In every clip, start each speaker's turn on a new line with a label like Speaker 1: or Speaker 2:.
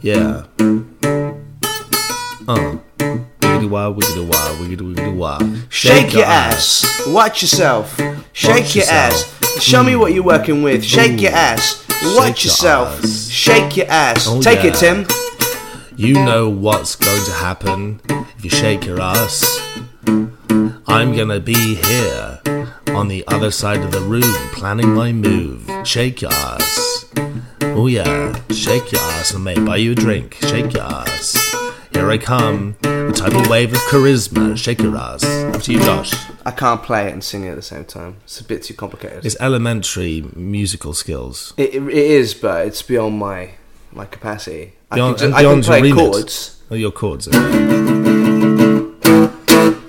Speaker 1: Yeah. Uh. Wiggity wah, wiggity wah, wiggity wiggity wah.
Speaker 2: Shake your ass. Watch yourself. Shake
Speaker 1: Watch
Speaker 2: your
Speaker 1: yourself.
Speaker 2: ass. Show me what you're working with. Shake your ass.
Speaker 1: Shake
Speaker 2: Watch
Speaker 1: your
Speaker 2: yourself.
Speaker 1: ass.
Speaker 2: Shake your ass.
Speaker 1: Oh,
Speaker 2: Take it,
Speaker 1: yeah.
Speaker 2: Tim.
Speaker 1: You know what's going to happen if you shake your ass. I'm gonna be here on the other side of the room planning my move. Shake your ass. Oh yeah, shake your ass. I may buy you a drink. Shake your ass. Here I come. The tidal wave of charisma. Shake your ass. Up to you, Josh.
Speaker 2: I can't play it and sing it at the same time. It's a bit too complicated.
Speaker 1: It's elementary musical skills.
Speaker 2: It, it is, but it's beyond my my capacity. I
Speaker 1: Beyond-
Speaker 2: can,
Speaker 1: and
Speaker 2: ju- I can
Speaker 1: beyond
Speaker 2: play
Speaker 1: your remit.
Speaker 2: chords.
Speaker 1: Oh, your chords. okay.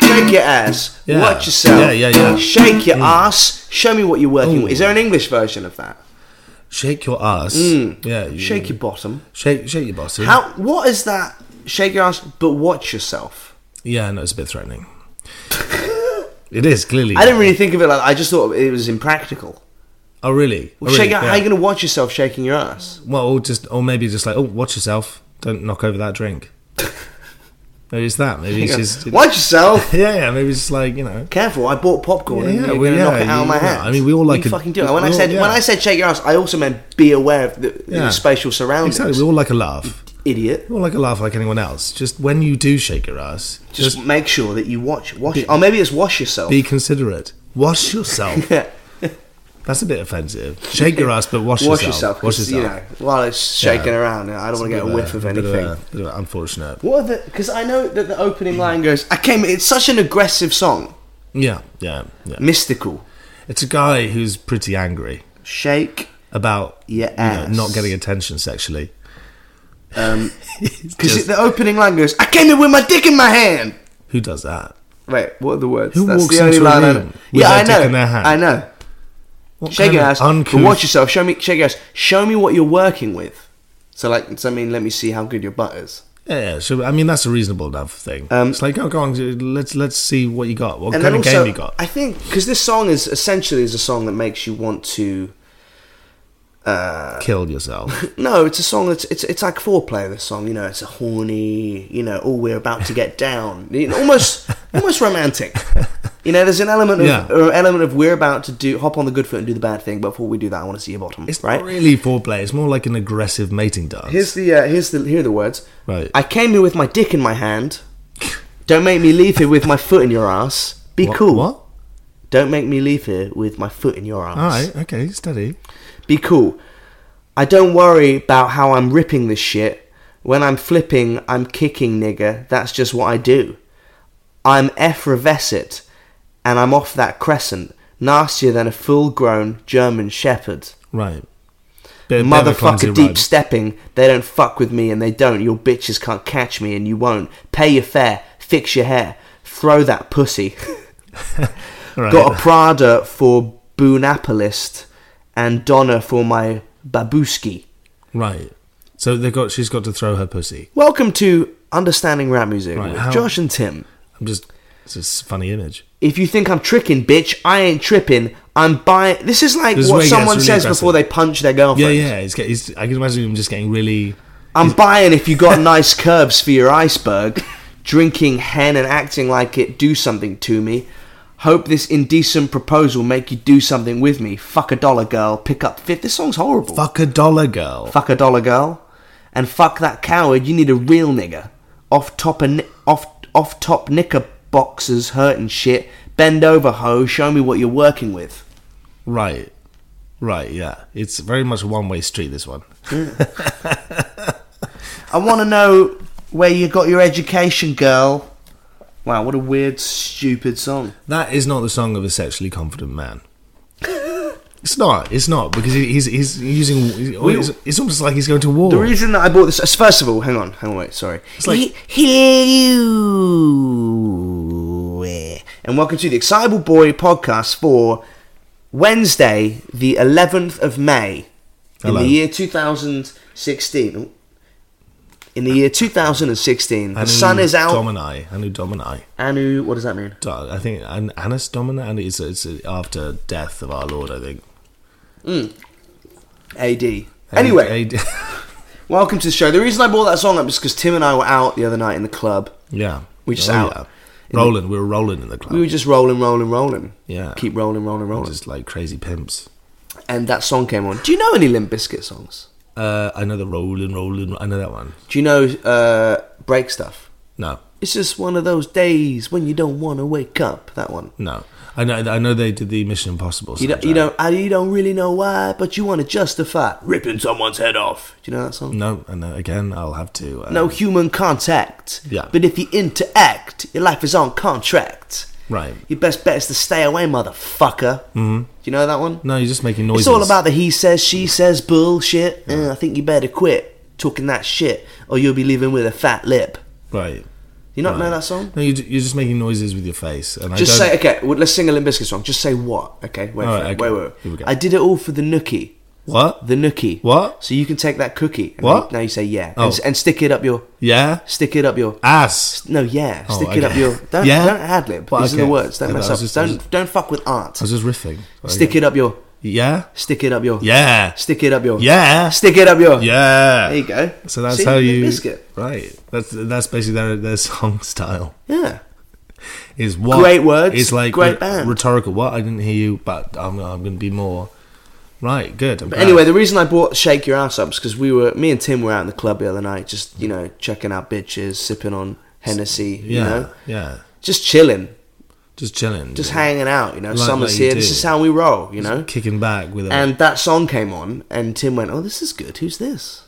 Speaker 2: Shake your ass.
Speaker 1: Yeah.
Speaker 2: Watch yourself.
Speaker 1: Yeah, yeah, yeah. Mm.
Speaker 2: Shake your ass. Show me what you're working
Speaker 1: Ooh.
Speaker 2: with. Is there an English version of that?
Speaker 1: Shake your ass. Yeah. you-
Speaker 2: Mm. Shake your bottom.
Speaker 1: Shake, shake your boss.
Speaker 2: How? What is that? Shake your ass, but watch yourself.
Speaker 1: Yeah, no, it's a bit threatening. it is clearly.
Speaker 2: I didn't really think of it like. I just thought it was impractical.
Speaker 1: Oh, really? Oh,
Speaker 2: Well, shake
Speaker 1: really?
Speaker 2: out,
Speaker 1: Yeah.
Speaker 2: How are you going to watch yourself shaking your ass?
Speaker 1: Well, or just, or maybe just like, oh, watch yourself. Don't knock over that drink. maybe it's that. Maybe it's just.
Speaker 2: watch yourself.
Speaker 1: Yeah, yeah. Maybe it's just like you know.
Speaker 2: Careful! I bought popcorn. and
Speaker 1: Yeah,
Speaker 2: you're
Speaker 1: well,
Speaker 2: going to
Speaker 1: yeah,
Speaker 2: knock it out of my
Speaker 1: you-
Speaker 2: hand.
Speaker 1: yeah, I mean, we all
Speaker 2: What
Speaker 1: like
Speaker 2: you
Speaker 1: a-
Speaker 2: fucking do. it. When
Speaker 1: we
Speaker 2: I
Speaker 1: all-
Speaker 2: said
Speaker 1: yeah.
Speaker 2: when I said shake your ass, I also meant be aware of the,
Speaker 1: Yeah.
Speaker 2: the spatial surroundings.
Speaker 1: Exactly. We all like a laugh.
Speaker 2: Idiot.
Speaker 1: We all like a laugh like anyone else. Just when you do shake your ass,
Speaker 2: Just,
Speaker 1: just,
Speaker 2: make sure that you watch. Wash. or maybe it's wash yourself.
Speaker 1: be considerate. Wash yourself.
Speaker 2: Yeah.
Speaker 1: That's a bit offensive. Shake your ass, but wash,
Speaker 2: Wash
Speaker 1: yourself.
Speaker 2: yourself.
Speaker 1: Wash
Speaker 2: 'cause,
Speaker 1: yourself.
Speaker 2: You know, while it's shaking
Speaker 1: Yeah.
Speaker 2: around, I don't want to
Speaker 1: Bit
Speaker 2: get a whiff of
Speaker 1: bit
Speaker 2: anything.
Speaker 1: a- bit of an unfortunate.
Speaker 2: what are the? Because I know that the opening line goes. I came. It's such an aggressive song.
Speaker 1: Yeah, yeah, yeah.
Speaker 2: Mystical.
Speaker 1: It's a guy who's pretty angry
Speaker 2: Shake
Speaker 1: about
Speaker 2: your
Speaker 1: you know,
Speaker 2: ass.
Speaker 1: not getting attention sexually.
Speaker 2: Um, Because the opening line goes, I came in with my dick in my hand.
Speaker 1: Who does that?
Speaker 2: Wait, what are the words?
Speaker 1: Who walks into a
Speaker 2: I
Speaker 1: room
Speaker 2: know.
Speaker 1: with
Speaker 2: Yeah,
Speaker 1: their
Speaker 2: I know.
Speaker 1: dick in their hand?
Speaker 2: I know.
Speaker 1: What
Speaker 2: Shake
Speaker 1: kind
Speaker 2: your
Speaker 1: of
Speaker 2: ass.
Speaker 1: uncouth-
Speaker 2: But watch yourself. Show me. Shake your ass. Show me what you're working with. So like, does that mean let me see how good your butt is?
Speaker 1: Yeah, yeah, so I mean that's a reasonable enough thing.
Speaker 2: Um,
Speaker 1: it's like, oh, go on, let's let's see what you got. What
Speaker 2: And
Speaker 1: kind
Speaker 2: then
Speaker 1: of
Speaker 2: also,
Speaker 1: game you got?
Speaker 2: I think because this song is essentially is a song that makes you want to.
Speaker 1: Uh, Kill yourself.
Speaker 2: No, it's a song that's it's it's like foreplay. This song, you know, it's a horny, you know, oh, we're about to get down, you know, almost almost romantic. You know, there's an element of
Speaker 1: Yeah.
Speaker 2: or an element of we're about to do hop on the good foot and do the bad thing. But before we do that, I want to see your bottom,
Speaker 1: It's
Speaker 2: right?
Speaker 1: not really foreplay. It's more like an aggressive mating dance.
Speaker 2: Here's the uh, here's the here are the words.
Speaker 1: Right.
Speaker 2: I came here with my dick in my hand. Don't make me leave here with my foot in your ass. Be
Speaker 1: What-
Speaker 2: cool.
Speaker 1: What?
Speaker 2: Don't make me leave here with my foot in your ass.
Speaker 1: All right. Okay. Steady.
Speaker 2: Be cool. I don't worry about how I'm ripping this shit. When I'm flipping, I'm kicking, nigger. That's just what I do. I'm effervescent, and I'm off that crescent. Nastier than a full grown German shepherd.
Speaker 1: Right. Bit- bit of a clumsy
Speaker 2: Motherfucker deep
Speaker 1: rhyme.
Speaker 2: stepping. They don't fuck with me, and they don't. Your bitches can't catch me, and you won't. Pay your fare, fix your hair, throw that pussy.
Speaker 1: All right.
Speaker 2: Got a Prada for Boonapolist, and Donna for my babuski.
Speaker 1: Right. So they got. She's got to throw her pussy.
Speaker 2: Welcome to Understanding Rap Music
Speaker 1: Right,
Speaker 2: with
Speaker 1: how-
Speaker 2: Josh and Tim.
Speaker 1: I'm just. It's just a funny image.
Speaker 2: If you think I'm tricking, bitch, I ain't tripping. I'm buying. This is like
Speaker 1: This is
Speaker 2: what
Speaker 1: where it gets
Speaker 2: someone
Speaker 1: really
Speaker 2: says
Speaker 1: aggressive.
Speaker 2: before they punch their girlfriend.
Speaker 1: Yeah, yeah. It's, get- it's, I can imagine him just getting really.
Speaker 2: I'm buying if you got nice curves for your iceberg, drinking hen and acting like it do something to me. Hope this indecent proposal make you do something with me. Fuck a dollar girl, pick up fifth. This song's horrible.
Speaker 1: Fuck a dollar girl.
Speaker 2: Fuck a dollar girl, and fuck that coward. You need a real nigger. Off top and off off top knicker boxers hurting shit. Bend over, hoe. Show me what you're working with.
Speaker 1: Right. Right, yeah. It's very much a one way street, this one.
Speaker 2: I want to know where you got your education, girl. Wow, what a weird, stupid song.
Speaker 1: That is not the song of a sexually confident man. It's not. It's not because he- he's he's using. It's, it's almost like he's going to war.
Speaker 2: The reason that I bought this is first of all, hang on, hang on, wait, sorry.
Speaker 1: like-
Speaker 2: He- hello, and welcome to the Excitable Boy podcast for Wednesday, the eleventh of May,
Speaker 1: Hello.
Speaker 2: in the year two thousand sixteen. In the year two thousand and sixteen, the
Speaker 1: Anu
Speaker 2: sun is out.
Speaker 1: Domini. Anu Domini.
Speaker 2: Anu, what does that mean?
Speaker 1: Do- I think An- Annus Domini. And it's, it's after death of our Lord. I think.
Speaker 2: AD. Anyway,
Speaker 1: And- and-
Speaker 2: welcome to the show. The reason I bought that song up is because Tim and I were out the other night in the club.
Speaker 1: yeah,
Speaker 2: We just
Speaker 1: Oh,
Speaker 2: out.
Speaker 1: yeah. rolling. we were rolling in the club.
Speaker 2: We were just rolling, rolling, rolling.
Speaker 1: Yeah.
Speaker 2: Keep rolling, rolling, rolling.
Speaker 1: just like crazy pimps.
Speaker 2: and that song came on. Do you know any Limp Bizkit songs?
Speaker 1: Uh, I know the rolling, rolling. I know that one.
Speaker 2: Do you know uh, Break Stuff?
Speaker 1: No,
Speaker 2: It's just one of those days when you don't want to wake up. That one.
Speaker 1: no. I know. I know they did the Mission Impossible.
Speaker 2: You don't, you
Speaker 1: soundtrack.
Speaker 2: don't, uh, you don't really know why, but you want to justify ripping someone's head off. Do you know that song?
Speaker 1: No, and uh, again, I'll have to. Uh,
Speaker 2: No human contact.
Speaker 1: Yeah.
Speaker 2: But if you interact, your life is on contract.
Speaker 1: Right.
Speaker 2: Your best bet is to stay away, motherfucker. Mm-hmm. Do you know that one?
Speaker 1: No, you're just making noises.
Speaker 2: It's all about the he says, she says bullshit. Uh, I think you better quit talking that shit, or you'll be leaving with a fat lip.
Speaker 1: Right.
Speaker 2: You not
Speaker 1: right.
Speaker 2: know that song?
Speaker 1: No, you, you're just making noises with your face. And
Speaker 2: Just
Speaker 1: I
Speaker 2: say
Speaker 1: don't,
Speaker 2: okay. Well, let's sing a Limp Bizkit song. Just say what? Okay, wait,
Speaker 1: All
Speaker 2: for
Speaker 1: right,
Speaker 2: it.
Speaker 1: okay.
Speaker 2: wait, wait, wait.
Speaker 1: Here we go.
Speaker 2: I did it all for the nookie,
Speaker 1: what?
Speaker 2: the nookie.
Speaker 1: What?
Speaker 2: So you can take that cookie. And
Speaker 1: What?
Speaker 2: Now you say yeah,
Speaker 1: Oh.
Speaker 2: and, s- and stick it up your,
Speaker 1: yeah.
Speaker 2: stick it up your.
Speaker 1: Ass.
Speaker 2: No, yeah,
Speaker 1: Oh,
Speaker 2: stick it up
Speaker 1: okay.
Speaker 2: your. Don't
Speaker 1: Yeah?
Speaker 2: don't ad lib.
Speaker 1: Well,
Speaker 2: These are
Speaker 1: okay.
Speaker 2: the words. Don't
Speaker 1: Yeah,
Speaker 2: mess
Speaker 1: I was
Speaker 2: up.
Speaker 1: just- I was
Speaker 2: don't
Speaker 1: just-
Speaker 2: don't fuck with art.
Speaker 1: I was just riffing.
Speaker 2: Stick it up your.
Speaker 1: Yeah.
Speaker 2: Stick it up your.
Speaker 1: Yeah.
Speaker 2: Stick it up your.
Speaker 1: Yeah.
Speaker 2: Stick it up your.
Speaker 1: Yeah.
Speaker 2: There you go.
Speaker 1: So that's
Speaker 2: See?
Speaker 1: how
Speaker 2: Limp
Speaker 1: you.
Speaker 2: Bizkit.
Speaker 1: Right. That's that's basically their their song style.
Speaker 2: Yeah.
Speaker 1: Is what
Speaker 2: Great words,
Speaker 1: It's like
Speaker 2: great
Speaker 1: re-
Speaker 2: band.
Speaker 1: rhetorical. What I didn't hear you, but I'm I'm going to be more. Right. Good. I'm
Speaker 2: But
Speaker 1: glad.
Speaker 2: anyway, the reason I bought Shake Your Ass Up is because we were, me and Tim were out in the club the other night, just, you know, checking out bitches, sipping on Hennessy, you
Speaker 1: yeah,
Speaker 2: know,
Speaker 1: yeah.
Speaker 2: just chilling,
Speaker 1: Just chilling.
Speaker 2: just hanging out, you know,
Speaker 1: Like-
Speaker 2: summer's
Speaker 1: like you
Speaker 2: here,
Speaker 1: do.
Speaker 2: this is how we roll, you know.
Speaker 1: kicking back with a
Speaker 2: And that song came on, and Tim went, oh, this is good, who's this?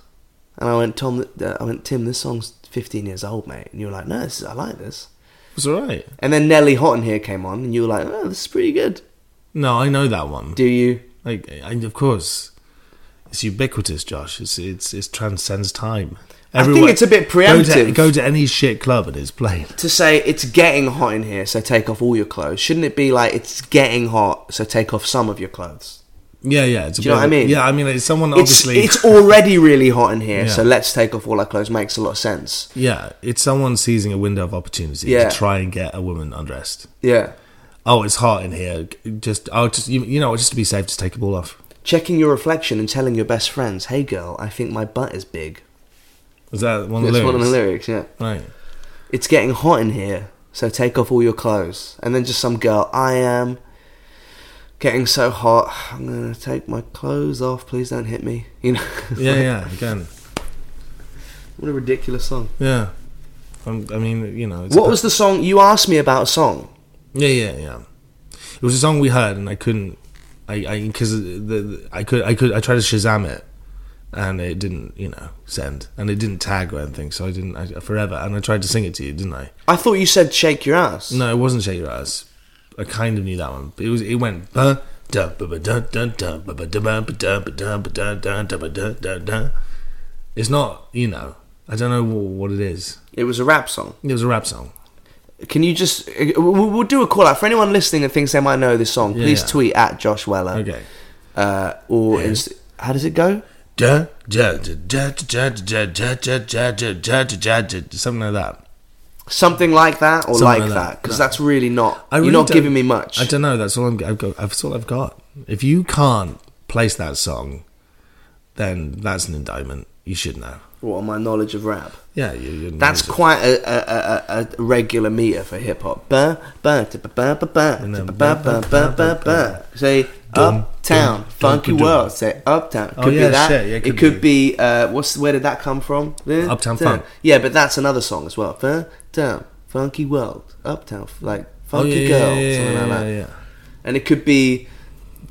Speaker 2: And I went, Tom, th- uh, I went, Tim, this song's 15 years old, mate. And you were like, no, this is, I like this.
Speaker 1: It's all right.
Speaker 2: And then Nelly Houghton here came on, and you were like, oh, this is pretty good.
Speaker 1: No, I know that one.
Speaker 2: Do you?
Speaker 1: Like, I, of course, it's ubiquitous, Josh. It's it's it transcends time.
Speaker 2: I think it's a bit
Speaker 1: Go to- Go to,
Speaker 2: preemptive.
Speaker 1: any shit club and it's played.
Speaker 2: to say it's getting hot in here, so take off all your clothes. Shouldn't it be like it's getting hot, so take off some of your clothes?
Speaker 1: Yeah, yeah. It's a
Speaker 2: Do you know
Speaker 1: bit-
Speaker 2: what I mean?
Speaker 1: Yeah, I mean, it's someone
Speaker 2: It's,
Speaker 1: obviously.
Speaker 2: it's already really hot in here,
Speaker 1: Yeah.
Speaker 2: so let's take off all our clothes. Makes a lot of sense.
Speaker 1: yeah, it's someone seizing a window of opportunity
Speaker 2: Yeah.
Speaker 1: to try and get a woman undressed.
Speaker 2: Yeah.
Speaker 1: Oh, it's hot in here. Just, oh, just you, you know, just to be safe, just take a ball off.
Speaker 2: Checking your reflection and telling your best friends, "Hey girl, I think my butt is big."
Speaker 1: Is that one of
Speaker 2: That's
Speaker 1: the lyrics?
Speaker 2: one of the lyrics. Yeah.
Speaker 1: Right.
Speaker 2: It's getting hot in here, so take off all your clothes. And then just some girl, I am getting so hot. I'm gonna take my clothes off. Please don't hit me. You know.
Speaker 1: Yeah, yeah. Again.
Speaker 2: what a ridiculous song.
Speaker 1: Yeah. Um, I mean, you know. It's
Speaker 2: What
Speaker 1: about-
Speaker 2: was the song you asked me about? A song.
Speaker 1: Yeah, yeah, yeah. It was a song we heard, and I couldn't. I I because the, the I could I could I tried to Shazam it, and it didn't you know send, and it didn't tag or anything, so I didn't I, forever. And I tried to sing it to you, didn't I?
Speaker 2: I thought you said shake your ass.
Speaker 1: No, it wasn't Shake Your Ass. I kind of knew that one. But it was it went. Huh? Dun, ba, ba, dun, dun, dun, ba, ba, dun, ba, ba, dun, ba, dun, ba, dun, dun, dun, ba, dun, dun, dun. It's not you know. I don't know wh- what it is.
Speaker 2: It was a rap song.
Speaker 1: It was a rap song.
Speaker 2: Can you just? uh, We'll, we'll do a call out for anyone listening that thinks they might know this song.
Speaker 1: Yeah,
Speaker 2: please
Speaker 1: yeah.
Speaker 2: tweet at Josh Weller.
Speaker 1: Okay.
Speaker 2: Uh, or inst- how does it go?
Speaker 1: Something like that.
Speaker 2: Something like that, or
Speaker 1: Something like
Speaker 2: like, that,
Speaker 1: that,
Speaker 2: because
Speaker 1: no.
Speaker 2: that's really not.
Speaker 1: really
Speaker 2: you're not
Speaker 1: don't-
Speaker 2: giving me much.
Speaker 1: I don't know. That's all I'm, I've got. That's all I've got. If you can't place that song, then that's an indictment. You should know.
Speaker 2: What my knowledge of rap?
Speaker 1: Yeah, you, you
Speaker 2: That's quite a, a, a, a- a regular meter for hip hop. Ba, ba, da, ba, ba, ba, ba,
Speaker 1: And
Speaker 2: da,
Speaker 1: then
Speaker 2: ba, ba, ba, ba, ba, ba. Say
Speaker 1: Dum,
Speaker 2: uptown,
Speaker 1: dum,
Speaker 2: funky
Speaker 1: dum, dum.
Speaker 2: world. Say uptown. Could
Speaker 1: Oh,
Speaker 2: be
Speaker 1: yeah,
Speaker 2: that.
Speaker 1: shit, yeah,
Speaker 2: it
Speaker 1: it
Speaker 2: could,
Speaker 1: could
Speaker 2: be. uh, what's where did that come from? Eh,
Speaker 1: Uptown
Speaker 2: down.
Speaker 1: Funk.
Speaker 2: Yeah, but that's another song as well. Uptown, funky world. Uptown, like
Speaker 1: Oh yeah,
Speaker 2: funky
Speaker 1: yeah,
Speaker 2: girl,
Speaker 1: yeah,
Speaker 2: something
Speaker 1: yeah,
Speaker 2: like that.
Speaker 1: yeah, yeah.
Speaker 2: And it could be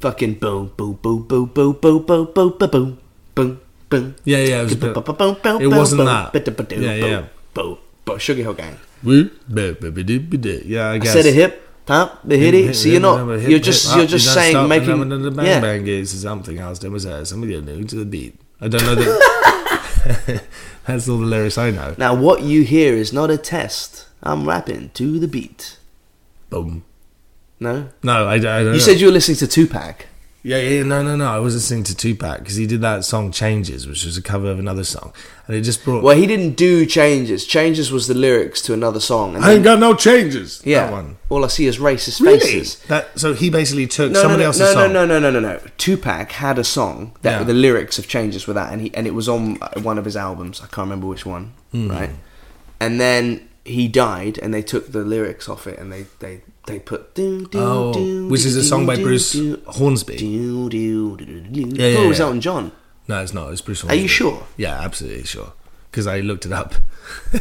Speaker 2: fucking boom, boom, boom, boom, boom, boom, boom, boom, boom, boom, boom, boom.
Speaker 1: Yeah, yeah, it was a bit- it wasn't that. Yeah, yeah.
Speaker 2: but Sugar Hill Gang.
Speaker 1: Woo, ba- ba- ba- doo- ba- doo. Yeah, I
Speaker 2: I
Speaker 1: guess.
Speaker 2: said a hip, tap, the hitty.
Speaker 1: Hit-
Speaker 2: So
Speaker 1: hit-
Speaker 2: you're not,
Speaker 1: hit- hit-
Speaker 2: you're just,
Speaker 1: hit-
Speaker 2: you're
Speaker 1: up, Ah, you
Speaker 2: just
Speaker 1: don't
Speaker 2: saying,
Speaker 1: stop, and then the
Speaker 2: making,
Speaker 1: bang
Speaker 2: yeah.
Speaker 1: bang is something else. There was uh, somebody new to the beat. I don't know that. That's all the lyrics I know.
Speaker 2: Now what you hear is not a test. I'm rapping to the beat.
Speaker 1: Boom.
Speaker 2: No,
Speaker 1: No, I, I don't. know.
Speaker 2: you said you were listening to Tupac.
Speaker 1: Yeah, yeah, no, no, no. I was listening to Tupac because he did that song "Changes," which was a cover of another song, and it just brought.
Speaker 2: Well, he didn't do changes. Changes was the lyrics to another song. And
Speaker 1: I
Speaker 2: then,
Speaker 1: ain't got no changes.
Speaker 2: yeah,
Speaker 1: that one.
Speaker 2: all I see is racist faces.
Speaker 1: That so he basically took
Speaker 2: No,
Speaker 1: somebody
Speaker 2: no, no,
Speaker 1: else's
Speaker 2: no,
Speaker 1: song.
Speaker 2: no, no, no, no, no. Tupac had a song that
Speaker 1: Yeah.
Speaker 2: the lyrics of changes were that, and he and it was on uh, one of his albums. I can't remember which one,
Speaker 1: Hmm.
Speaker 2: right? And then he died, and they took the lyrics off it, and they they they put do, do,
Speaker 1: Oh,
Speaker 2: do,
Speaker 1: which
Speaker 2: do,
Speaker 1: is a
Speaker 2: do,
Speaker 1: song by
Speaker 2: do,
Speaker 1: Bruce
Speaker 2: do,
Speaker 1: Hornsby.
Speaker 2: Do, do, do, do, do.
Speaker 1: Yeah, yeah,
Speaker 2: oh, it was
Speaker 1: yeah.
Speaker 2: Elton John.
Speaker 1: No, it's not. It's Bruce.
Speaker 2: Are
Speaker 1: Hornsby.
Speaker 2: you sure?
Speaker 1: Yeah, absolutely sure. Because I looked it up.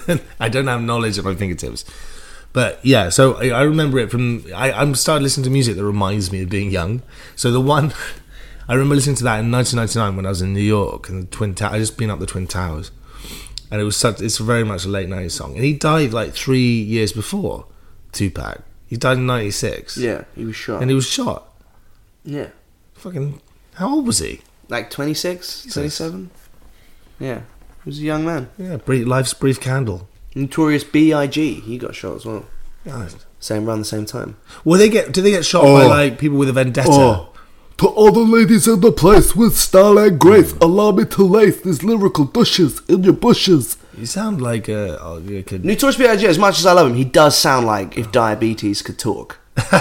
Speaker 1: I don't have knowledge at my fingertips. But yeah, so I, I remember it from. I, I started listening to music that reminds me of being young. So the one. I remember listening to that in 1999 when I was in New York and the Twin Towers. I just been up the Twin Towers, and it was such. It's very much a late night song. And he died like three years before Tupac. He died in '96.
Speaker 2: Yeah, he was shot.
Speaker 1: and he was shot.
Speaker 2: yeah,
Speaker 1: Fucking, how old was he?
Speaker 2: like 26, 27? Yeah, he was a young man.
Speaker 1: Yeah, brief, life's brief candle.
Speaker 2: Notorious B.I.G. He got shot as well.
Speaker 1: God.
Speaker 2: Same around the same time.
Speaker 1: Well, they get do they get shot by
Speaker 3: Oh.
Speaker 1: like people with a vendetta?
Speaker 3: Oh. To all the ladies in the place with style and grace, allow me to lace these lyrical douches in your bushes.
Speaker 1: You sound like a, oh, you could-
Speaker 2: Notorious B.I.G. As much as I love him, he does sound like if diabetes could talk.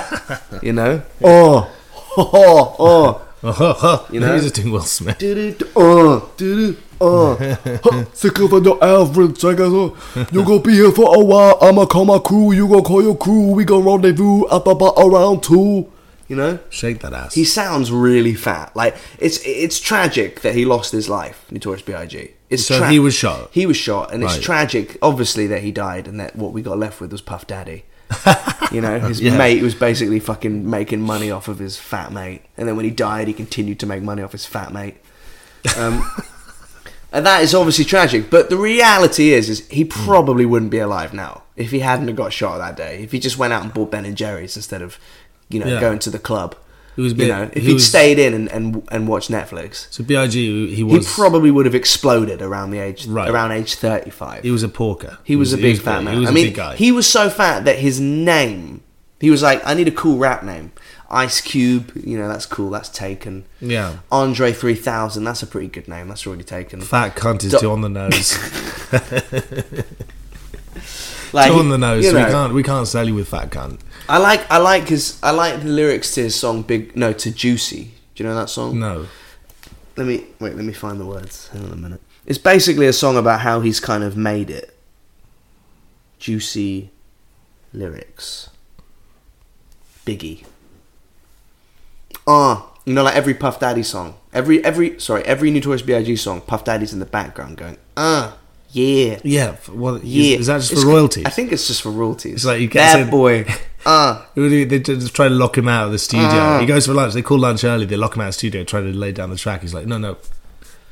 Speaker 2: you know.
Speaker 3: Oh,
Speaker 2: Oh, oh,
Speaker 1: you know
Speaker 2: know?
Speaker 1: he's just doing Will Smith.
Speaker 2: do, do,
Speaker 3: uh, doo-doo, uh, huh, sicker than your average jackass. uh. You gonna be here for a while, I'ma call my crew, you gonna call your crew, we gonna rendezvous at the bar around two.
Speaker 2: You know.
Speaker 1: Shake that ass.
Speaker 2: He sounds really fat. Like it's it's tragic that he lost his life. Notorious B.I.G. It's
Speaker 1: So he was shot.
Speaker 2: He was shot, and
Speaker 1: Right.
Speaker 2: it's tragic, obviously, that he died, and that what we got left with was Puff Daddy. you know, his
Speaker 1: Yeah.
Speaker 2: mate was basically fucking making money off of his fat mate, and then when he died, he continued to make money off his fat mate. Um, and that is obviously tragic. But the reality is, is he probably wouldn't be alive now if he hadn't have got shot that day. If he just went out and bought Ben and Jerry's instead of, you know,
Speaker 1: Yeah.
Speaker 2: going to the club.
Speaker 1: He was a
Speaker 2: you
Speaker 1: bit-
Speaker 2: know, if
Speaker 1: he
Speaker 2: he'd
Speaker 1: was-
Speaker 2: stayed in and, and and watched Netflix,
Speaker 1: so Big he
Speaker 2: he
Speaker 1: was
Speaker 2: probably would have exploded around the age
Speaker 1: Right.
Speaker 2: around age thirty five.
Speaker 1: he was a porker.
Speaker 2: He was a big
Speaker 1: big.
Speaker 2: fat man.
Speaker 1: He was
Speaker 2: I
Speaker 1: a
Speaker 2: mean,
Speaker 1: big guy.
Speaker 2: he was so fat that his name. He was like, I need a cool rap name. Ice Cube, you know, that's cool. That's taken.
Speaker 1: Yeah.
Speaker 2: Andre three thousand. That's a pretty good name. That's already taken.
Speaker 1: fat cunt is
Speaker 2: Do-
Speaker 1: too on the nose.
Speaker 2: Like,
Speaker 1: too on the nose.
Speaker 2: you
Speaker 1: we
Speaker 2: know,
Speaker 1: can't we can't sell you with fat cunt.
Speaker 2: I like. I like his. I like the lyrics to his song. Big no to Juicy. Do you know that song?
Speaker 1: No.
Speaker 2: Let me wait. Let me find the words. Hang on a minute. It's basically a song about how he's kind of made it. Juicy lyrics. Biggie. Ah, you know, like every Puff Daddy song, every every sorry, every Notorious B.I.G. song, Puff Daddy's in the background going, ah, yeah,
Speaker 1: Yeah. f- Well, is-
Speaker 2: yeah.
Speaker 1: Is, that just
Speaker 2: It's-
Speaker 1: for royalties?
Speaker 2: I think it's just for royalties.
Speaker 1: It's like he gets
Speaker 2: bad
Speaker 1: in-
Speaker 2: boy. Ah,
Speaker 1: It would be- They just try to lock him out of the studio. he goes for lunch. They call lunch early. They lock him out of the studio. Try to lay down the track. He's like, no, no.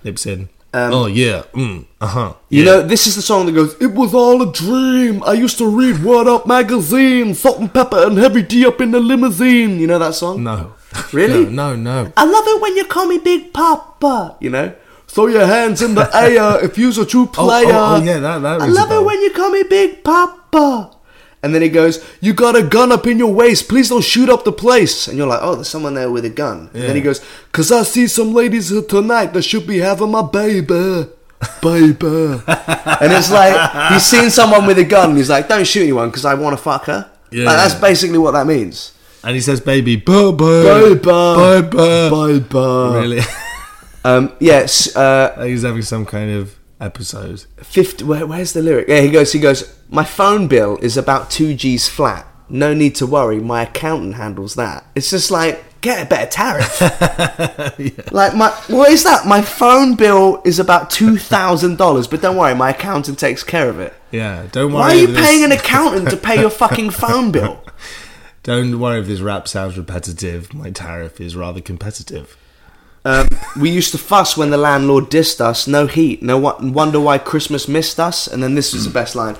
Speaker 1: Lips in. oh yeah. Mm, uh huh.
Speaker 2: Um, you know, this is the song that goes.
Speaker 3: It was all a dream. I used to read Word Up magazine, Salt and Pepper and Heavy D up in the limousine.
Speaker 2: You know that song?
Speaker 1: No.
Speaker 2: Really?
Speaker 1: No, no, no.
Speaker 2: I love it when you call me Big Papa. You know.
Speaker 3: Throw your hands in the air if you's a true player.
Speaker 1: oh, oh, yeah, that- that
Speaker 3: I
Speaker 1: rings a
Speaker 3: love it
Speaker 1: bell.
Speaker 3: when you call me Big Papa.
Speaker 2: And then he goes,
Speaker 3: You got a gun up in your waist. Please don't shoot up the place.
Speaker 2: and you're like, oh, there's someone there with a gun. And then he goes,
Speaker 3: Cause I see some ladies here tonight that should be having my baby. Baby.
Speaker 2: and it's like he's seen someone with a gun. and He's like, don't shoot anyone because I want to fuck her.
Speaker 1: Yeah, yeah.
Speaker 2: Like, that's basically what that means.
Speaker 1: And he says, "Baby, boo boo,
Speaker 3: Baby. Baby.
Speaker 1: Really?
Speaker 2: Um, yes. Uh,
Speaker 1: He's having some kind of episode.
Speaker 2: fifty. Where, where's the lyric? Yeah, he goes. He goes. My phone bill is about two G's flat. No need to worry. My accountant handles that. It's just like get a better tariff. Like my what is that? My phone bill is about two thousand dollars, but don't worry, my accountant takes care of it.
Speaker 1: Yeah, don't worry.
Speaker 2: Why are you
Speaker 1: if this-
Speaker 2: paying an accountant to pay your fucking phone bill?
Speaker 1: Don't worry if this rap sounds repetitive. My tariff is rather competitive.
Speaker 2: We used to fuss when the landlord dissed us. No heat. No wo- wonder why Christmas missed us. And then this was the best line.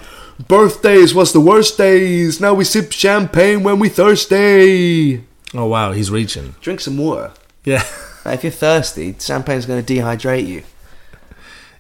Speaker 3: Birthdays was the worst days. Now we sip champagne when we thirsty.
Speaker 1: Oh wow, he's reaching.
Speaker 2: Drink some water.
Speaker 1: Yeah,
Speaker 2: Like, if you're thirsty, champagne's going to dehydrate you.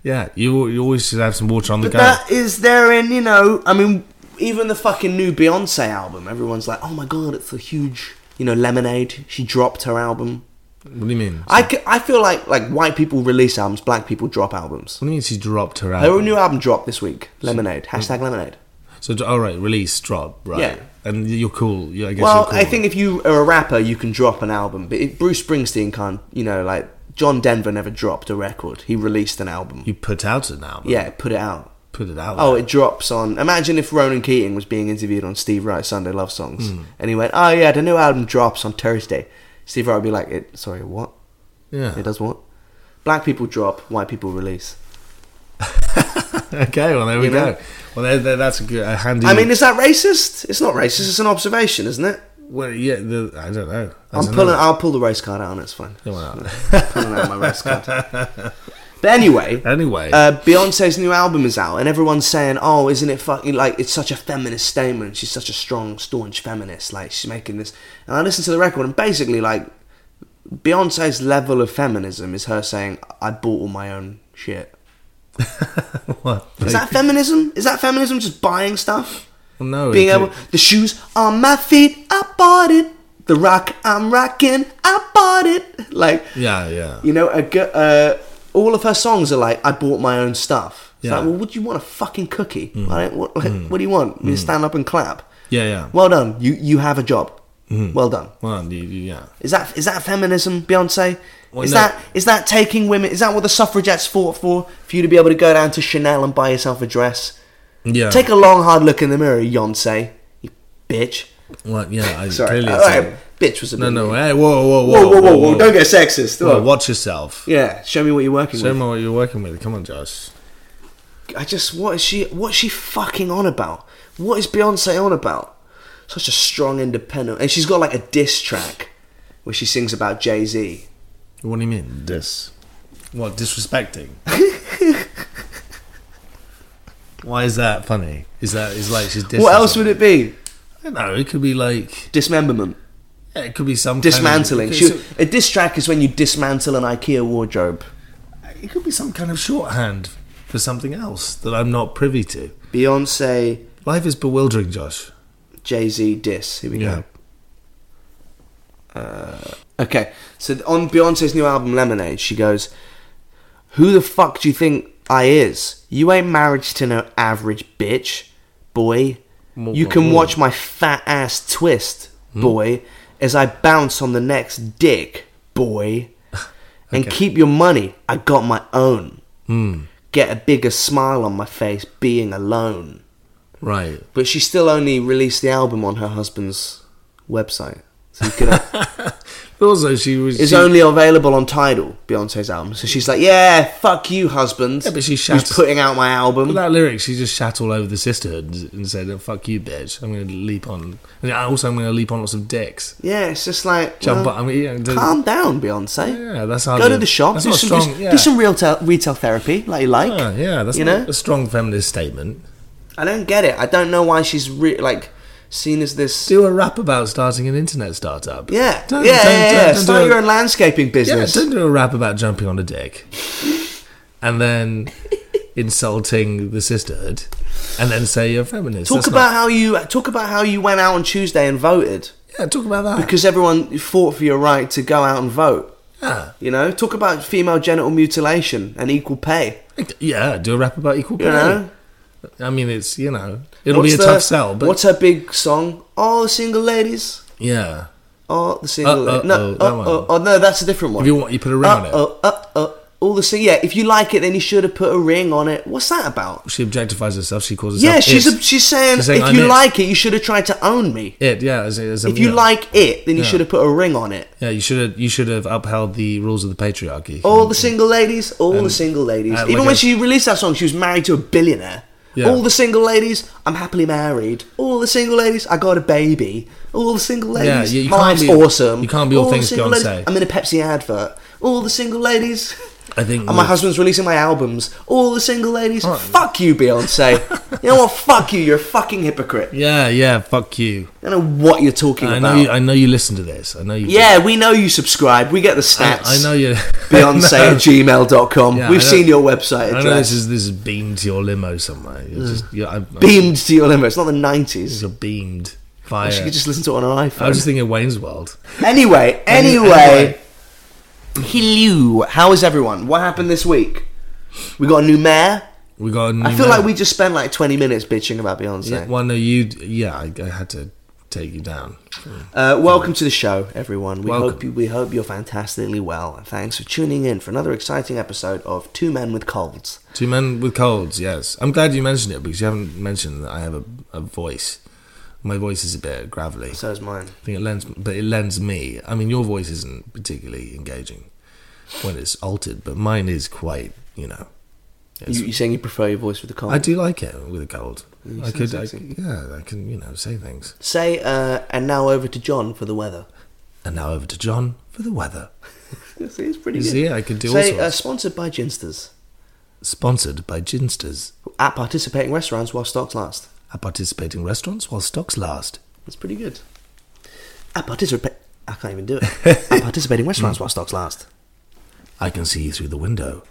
Speaker 1: yeah. You you always should have some water on the
Speaker 2: But
Speaker 1: go.
Speaker 2: that is therein, you know. I mean, even the fucking new Beyonce album, everyone's like, oh my god, it's a huge, you know, lemonade. She dropped her album.
Speaker 1: what do you mean?
Speaker 2: I, c- I feel like like white people release albums, black people drop albums.
Speaker 1: what do you mean she dropped her out?
Speaker 2: Her new album dropped this week, Lemonade. Hashtag Lemonade.
Speaker 1: So all right, release, drop, right?
Speaker 2: Yeah.
Speaker 1: And you're cool. Yeah, I guess
Speaker 2: Well,
Speaker 1: you're cool.
Speaker 2: I think if you are a rapper, you can drop an album, but it, Bruce Springsteen can't. You know, like John Denver never dropped a record; he released an album.
Speaker 1: you put out an album.
Speaker 2: yeah, put it out.
Speaker 1: Put it out.
Speaker 2: Oh,
Speaker 1: there.
Speaker 2: it drops on. Imagine if Ronan Keating was being interviewed on Steve Wright's Sunday Love Songs, and he went, "Oh yeah, the new album drops on Thursday." Steve Wright would be like, it, "Sorry, what?
Speaker 1: yeah.
Speaker 2: It does what? Black people drop, white people release."
Speaker 1: Okay, well there we
Speaker 2: You know?
Speaker 1: go. Well, there, there, that's a, good, a handy.
Speaker 2: I mean, is that racist? It's not racist. It's an observation, isn't it?
Speaker 1: well, yeah. The, I don't know.
Speaker 2: I'm pulling. I'll pull the race card out, and it's fine.
Speaker 1: Come on.
Speaker 2: pulling out my race card. But anyway,
Speaker 1: Anyway.
Speaker 2: uh, Beyonce's new album is out, and everyone's saying, "Oh, isn't it fucking like it's such a feminist statement? She's such a strong, staunch feminist. Like she's making this." And I listened to the record, and basically, like Beyonce's level of feminism is her saying, "I bought all my own shit."
Speaker 1: What?
Speaker 2: Is that feminism? Is that feminism? Just buying stuff,
Speaker 1: no?
Speaker 2: being
Speaker 1: it-
Speaker 2: able the shoes on my feet, I bought it. The rock I'm rocking, I bought it. Like
Speaker 1: Yeah, yeah.
Speaker 2: you know, a, gi- uh, all of her songs are like, I bought my own stuff. It's
Speaker 1: Yeah. Mm.
Speaker 2: like, well, would you want a fucking cookie? I don't, what, what do you want? Me to stand up and clap?
Speaker 1: Yeah, yeah. Mm.
Speaker 2: Well done. You you have a job. Well done.
Speaker 1: Well, you, you- yeah.
Speaker 2: Is that is that feminism, Beyonce?
Speaker 1: Well,
Speaker 2: is
Speaker 1: no.
Speaker 2: that is that taking women? Is that what the suffragettes fought for? For you to be able to go down to Chanel and buy yourself a dress?
Speaker 1: Yeah.
Speaker 2: Take a long hard look in the mirror, Beyonce. You bitch.
Speaker 1: Well, yeah. I,
Speaker 2: Sorry,
Speaker 1: Clearly
Speaker 2: All
Speaker 1: it's
Speaker 2: right,
Speaker 1: a-
Speaker 2: bitch was a
Speaker 1: No,
Speaker 2: bit
Speaker 1: no.
Speaker 2: mean.
Speaker 1: Hey, whoa, whoa, whoa,
Speaker 2: Whoa, whoa, whoa, whoa! Don't get sexist.
Speaker 1: Well,
Speaker 2: Oh.
Speaker 1: watch yourself.
Speaker 2: Yeah, show me what you're working
Speaker 1: Show
Speaker 2: with.
Speaker 1: me what you're working with. Come on, Josh.
Speaker 2: I just what is she what's she fucking on about? What is Beyonce on about? Such a strong independent and she's got like a diss track where she sings about Jay Z.
Speaker 1: What do you mean? Dis. What? Disrespecting. Why is that funny? Is that is like she's dissing
Speaker 2: What else would it be?
Speaker 1: I don't know. It could be like
Speaker 2: Dismemberment.
Speaker 1: yeah, it could be some
Speaker 2: Dismantling.
Speaker 1: Kind of, it,
Speaker 2: She, a diss track is when you dismantle an IKEA wardrobe.
Speaker 1: could, it could be some kind of shorthand for something else that I'm not privy to.
Speaker 2: Beyonce
Speaker 1: Life is bewildering, Josh.
Speaker 2: Jay Z diss. Here we
Speaker 1: Yeah.
Speaker 2: go. Uh, Okay, so on Beyonce's new album Lemonade, she goes, "Who the fuck do you think I is? You ain't married to no average bitch, boy. You can watch my fat ass twist, boy, as I bounce on the next dick, boy, and keep your money. I got my own. Get a bigger smile on my face being alone."
Speaker 1: Right.
Speaker 2: But she still only released the album on her husband's website. So you could
Speaker 1: But also, she was.
Speaker 2: is
Speaker 1: she-
Speaker 2: only available on Tidal, Beyonce's album. So she's like, yeah, fuck you, husband.
Speaker 1: Yeah, but she
Speaker 2: who's
Speaker 1: shouts-
Speaker 2: putting out my album.
Speaker 1: With that lyric, she just shat all over the sisterhood and said, "Oh, "Fuck you, bitch! I'm going to leap on." And also, I'm going to leap on lots of dicks.
Speaker 2: yeah, it's just like,
Speaker 1: Jump
Speaker 2: well,
Speaker 1: on. I mean, yeah, does-
Speaker 2: calm down, Beyonce.
Speaker 1: yeah, that's how.
Speaker 2: Go to the shop,
Speaker 1: That's
Speaker 2: do
Speaker 1: not
Speaker 2: some,
Speaker 1: strong.
Speaker 2: do,
Speaker 1: yeah.
Speaker 2: do some real tel- retail therapy, like you like.
Speaker 1: Yeah, yeah, that's
Speaker 2: you
Speaker 1: not
Speaker 2: know.
Speaker 1: a strong feminist statement.
Speaker 2: I don't get it. I don't know why she's re- like seen as this.
Speaker 1: Do a rap about starting an internet startup.
Speaker 2: yeah,
Speaker 1: Don't- don't-
Speaker 2: yeah, yeah,
Speaker 1: don't-
Speaker 2: yeah.
Speaker 1: don't
Speaker 2: Start
Speaker 1: do a-
Speaker 2: your own landscaping
Speaker 1: Yeah,
Speaker 2: business.
Speaker 1: don't do a rap about jumping on a dick, and then insulting the sisterhood, and then say you're a feminist.
Speaker 2: talk
Speaker 1: That's
Speaker 2: about
Speaker 1: not-
Speaker 2: how you talk about how you went out on Tuesday and voted
Speaker 1: yeah, talk about that
Speaker 2: because everyone fought for your right to go out and vote.
Speaker 1: yeah.
Speaker 2: You know, talk about female genital mutilation and equal pay.
Speaker 1: yeah, do a rap about equal pay.
Speaker 2: You know,
Speaker 1: I mean, it's you know, it'll
Speaker 2: What's
Speaker 1: be a
Speaker 2: the-
Speaker 1: tough sell, but
Speaker 2: what's her big song? All the single ladies.
Speaker 1: yeah.
Speaker 2: All the single.
Speaker 1: Uh, uh,
Speaker 2: ladies. no,
Speaker 1: oh,
Speaker 2: oh,
Speaker 1: that
Speaker 2: oh,
Speaker 1: one.
Speaker 2: oh, no, that's a different one.
Speaker 1: If you want, you put a ring on
Speaker 2: Uh,
Speaker 1: it.
Speaker 2: oh, uh, oh, all the sing. Yeah, if you like it, then you should have put a ring on it. What's that about?
Speaker 1: She objectifies herself. She calls herself.
Speaker 2: Yeah, she's
Speaker 1: it.
Speaker 2: a, she's saying if
Speaker 1: "I'm
Speaker 2: you
Speaker 1: it."
Speaker 2: like it, you should have tried to own me.
Speaker 1: it. Yeah, as, a- as a-
Speaker 2: If you
Speaker 1: yeah.
Speaker 2: like it, then you
Speaker 1: Yeah.
Speaker 2: should have put a ring on it.
Speaker 1: yeah, you should have you should have upheld the rules of the patriarchy.
Speaker 2: All the single ladies, all the
Speaker 1: And-
Speaker 2: single ladies.
Speaker 1: uh,
Speaker 2: Even
Speaker 1: like
Speaker 2: when
Speaker 1: a-
Speaker 2: she released that song, she was married to a billionaire.
Speaker 1: Yeah.
Speaker 2: All the single ladies, I'm happily married. All the single ladies, I got a baby. All the single ladies,
Speaker 1: Yeah, you- you
Speaker 2: my
Speaker 1: can't
Speaker 2: life's
Speaker 1: be-
Speaker 2: awesome.
Speaker 1: you can't be all
Speaker 2: the
Speaker 1: things
Speaker 2: single
Speaker 1: Beyonce.
Speaker 2: ladies, I'm in a Pepsi advert. All the single ladies,
Speaker 1: I think
Speaker 2: And my
Speaker 1: with-
Speaker 2: husband's releasing my albums. All the single ladies, fuck you, Beyonce. you know what? Fuck you. You're a fucking hypocrite.
Speaker 1: Yeah, yeah, fuck you.
Speaker 2: I don't know what you're talking
Speaker 1: I know
Speaker 2: about.
Speaker 1: you, I know you listen to this. I know you
Speaker 2: yeah, we know you subscribe. We get the stats.
Speaker 1: I know you
Speaker 2: Beyonce
Speaker 1: I
Speaker 2: at
Speaker 1: know.
Speaker 2: gmail.com.
Speaker 1: Yeah,
Speaker 2: We've
Speaker 1: I know-
Speaker 2: seen your website
Speaker 1: I know this
Speaker 2: address.
Speaker 1: is this is beamed to your limo somewhere. You're just you're, I'm,
Speaker 2: Mm. Beamed to your limit. It's not the 90s.
Speaker 1: You're beamed. Fire.
Speaker 2: She could just listen to it on her
Speaker 1: I
Speaker 2: iPhone.
Speaker 1: was just thinking Wayne's World.
Speaker 2: Anyway,
Speaker 1: Any-
Speaker 2: anyway, hello. How is everyone? What happened this week? We got a new mayor.
Speaker 1: We got. a new
Speaker 2: I feel
Speaker 1: mayor.
Speaker 2: like we just spent like 20 minutes bitching about Beyonce.
Speaker 1: Yeah, well, no, you. Yeah, I, I had to take you down.
Speaker 2: Uh, welcome to the show, everyone. We
Speaker 1: Welcome.
Speaker 2: hope you, we hope you're fantastically well. and Thanks for tuning in for another exciting episode of Two Men with Colds.
Speaker 1: Two men with colds. Yes, I'm glad you mentioned it because you haven't mentioned that I have a, a voice. My voice is a bit gravelly.
Speaker 2: So is mine.
Speaker 1: I think it lends, but it lends me. I mean, your voice isn't particularly engaging when it's altered, but mine is quite. You know,
Speaker 2: You, you're saying you prefer your voice with the cold?
Speaker 1: I do like it with a cold. I
Speaker 2: sound
Speaker 1: could, I,
Speaker 2: sexy.
Speaker 1: yeah, I can, you know, say things.
Speaker 2: Say, uh, and now over to John for the weather.
Speaker 1: And now over to John for the weather.
Speaker 2: See, it's pretty
Speaker 1: You
Speaker 2: good.
Speaker 1: see, I could do all
Speaker 2: Say,
Speaker 1: sorts.
Speaker 2: uh, sponsored by Ginsters
Speaker 1: Sponsored by Ginsters
Speaker 2: at participating restaurants while stocks last.
Speaker 1: at participating restaurants while stocks last.
Speaker 2: That's pretty good. At participa- I can't even do it. at participating restaurants while stocks last.
Speaker 1: I can see you through the window.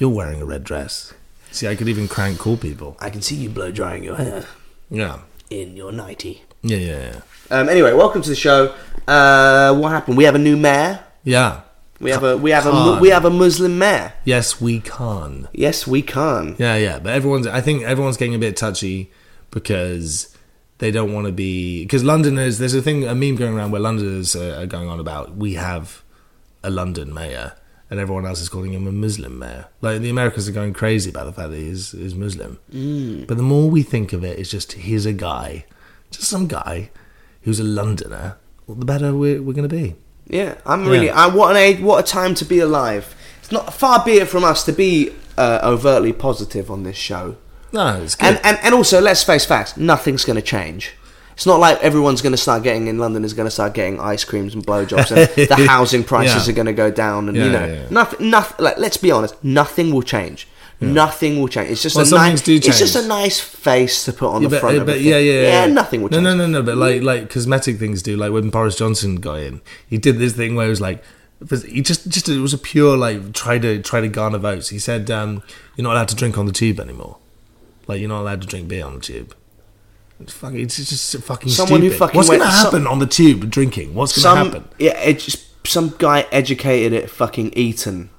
Speaker 1: You're wearing a red dress. See, I could even crank call people.
Speaker 2: I can see you blow drying your hair
Speaker 1: Yeah.
Speaker 2: in your nighty.
Speaker 1: Yeah, yeah, yeah.
Speaker 2: Um, anyway, welcome to the show. Uh, what happened? We have a new mayor.
Speaker 1: Yeah.
Speaker 2: We have a we have a mu-
Speaker 1: Khan.
Speaker 2: we have a Muslim mayor.
Speaker 1: Yes, we can.
Speaker 2: Yes, we can.
Speaker 1: Yeah, yeah. But everyone's, I think everyone's getting a bit touchy because they don't want to be. Because Londoners, there's a thing, a meme going around where Londoners are, are going on about we have a London mayor and everyone else is calling him a Muslim mayor. Like the Americans are going crazy about the fact that he's, is Muslim. But the more we think of it, it's just here's a guy, just some guy who's a Londoner, well, the better we're, we're going to be.
Speaker 2: Yeah, I'm really.
Speaker 1: Yeah.
Speaker 2: I what an age, what a time to be alive. It's not far be it from us to be uh, overtly positive on this show.
Speaker 1: No, it's good.
Speaker 2: And, and and also, let's face facts. Nothing's going to change. It's not like everyone's going to start getting in London is going to start getting ice creams and blowjobs, and the housing prices
Speaker 1: Yeah.
Speaker 2: are going to go down, and you
Speaker 1: Yeah,
Speaker 2: know,
Speaker 1: yeah, yeah.
Speaker 2: nothing. Nothing. Like, let's be honest. Nothing will change. Nothing will change. It's just
Speaker 1: Well,
Speaker 2: a
Speaker 1: some
Speaker 2: nice.
Speaker 1: things do
Speaker 2: It's just
Speaker 1: change.
Speaker 2: a nice face to put on the
Speaker 1: but,
Speaker 2: front.
Speaker 1: uh,
Speaker 2: of
Speaker 1: but
Speaker 2: a
Speaker 1: yeah,
Speaker 2: thing.
Speaker 1: yeah, yeah,
Speaker 2: Nothing will
Speaker 1: No,
Speaker 2: change.
Speaker 1: no, no, no. But like, like cosmetic things do. Like when Boris Johnson got in, he did this thing where it was like, he just, just it was a pure like try to try to garner votes. He said, um, "You're not allowed to drink on the tube anymore. Like you're not allowed to drink beer on the tube." It's fucking, it's just fucking
Speaker 2: Someone who
Speaker 1: stupid.
Speaker 2: fucking
Speaker 1: What's
Speaker 2: went-
Speaker 1: going to
Speaker 2: some-
Speaker 1: happen on the tube drinking? What's going to
Speaker 2: some
Speaker 1: happen?
Speaker 2: yeah, it's just some guy educated at fucking Eton,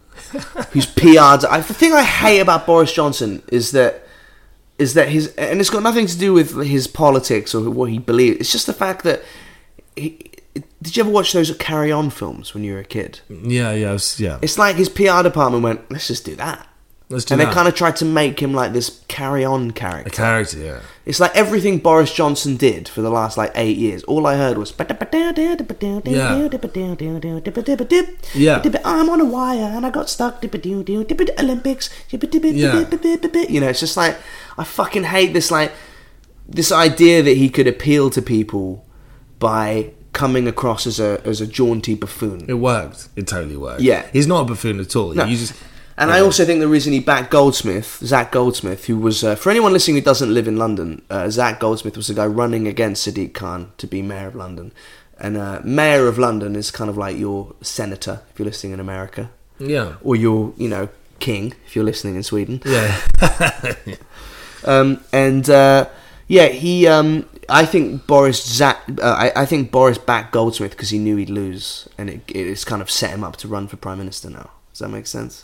Speaker 2: who's PR'd. I, the thing I hate about Boris Johnson is that is that his and it's got nothing to do with his politics or what he believes. It's just the fact that he. Did you ever watch those Carry On films when you were a kid?
Speaker 1: Yeah, yeah, it's- yeah.
Speaker 2: It's like his PR department went, let's just do that.
Speaker 1: Let's do
Speaker 2: And
Speaker 1: that.
Speaker 2: they kind of tried to make him like this carry on character.
Speaker 1: a character. Yeah.
Speaker 2: It's like everything Boris Johnson did for the last like eight years. All I heard was yeah. I'm on a wire and I got stuck. Olympics. You know, it's just like I fucking hate this like this idea that he could appeal to people by coming across as a as a jaunty buffoon.
Speaker 1: It worked. It totally worked.
Speaker 2: Yeah.
Speaker 1: He's not a buffoon at all.
Speaker 2: No.
Speaker 1: You just
Speaker 2: And I also think the reason he backed Goldsmith, Zach Goldsmith, who was, uh, for anyone listening who doesn't live in London, uh, Zach Goldsmith was the guy running against Sadiq Khan to be mayor of London. And uh, mayor of London is kind of like your senator if you're listening in America,
Speaker 1: yeah.
Speaker 2: or your, you know, king if you're listening in Sweden.
Speaker 1: Yeah.
Speaker 2: Um, and uh, yeah, he, um, I think Boris Zach, uh, I, I think Boris backed Goldsmith because he knew he'd lose, and it, it's kind of set him up to run for prime minister now. Does that make sense?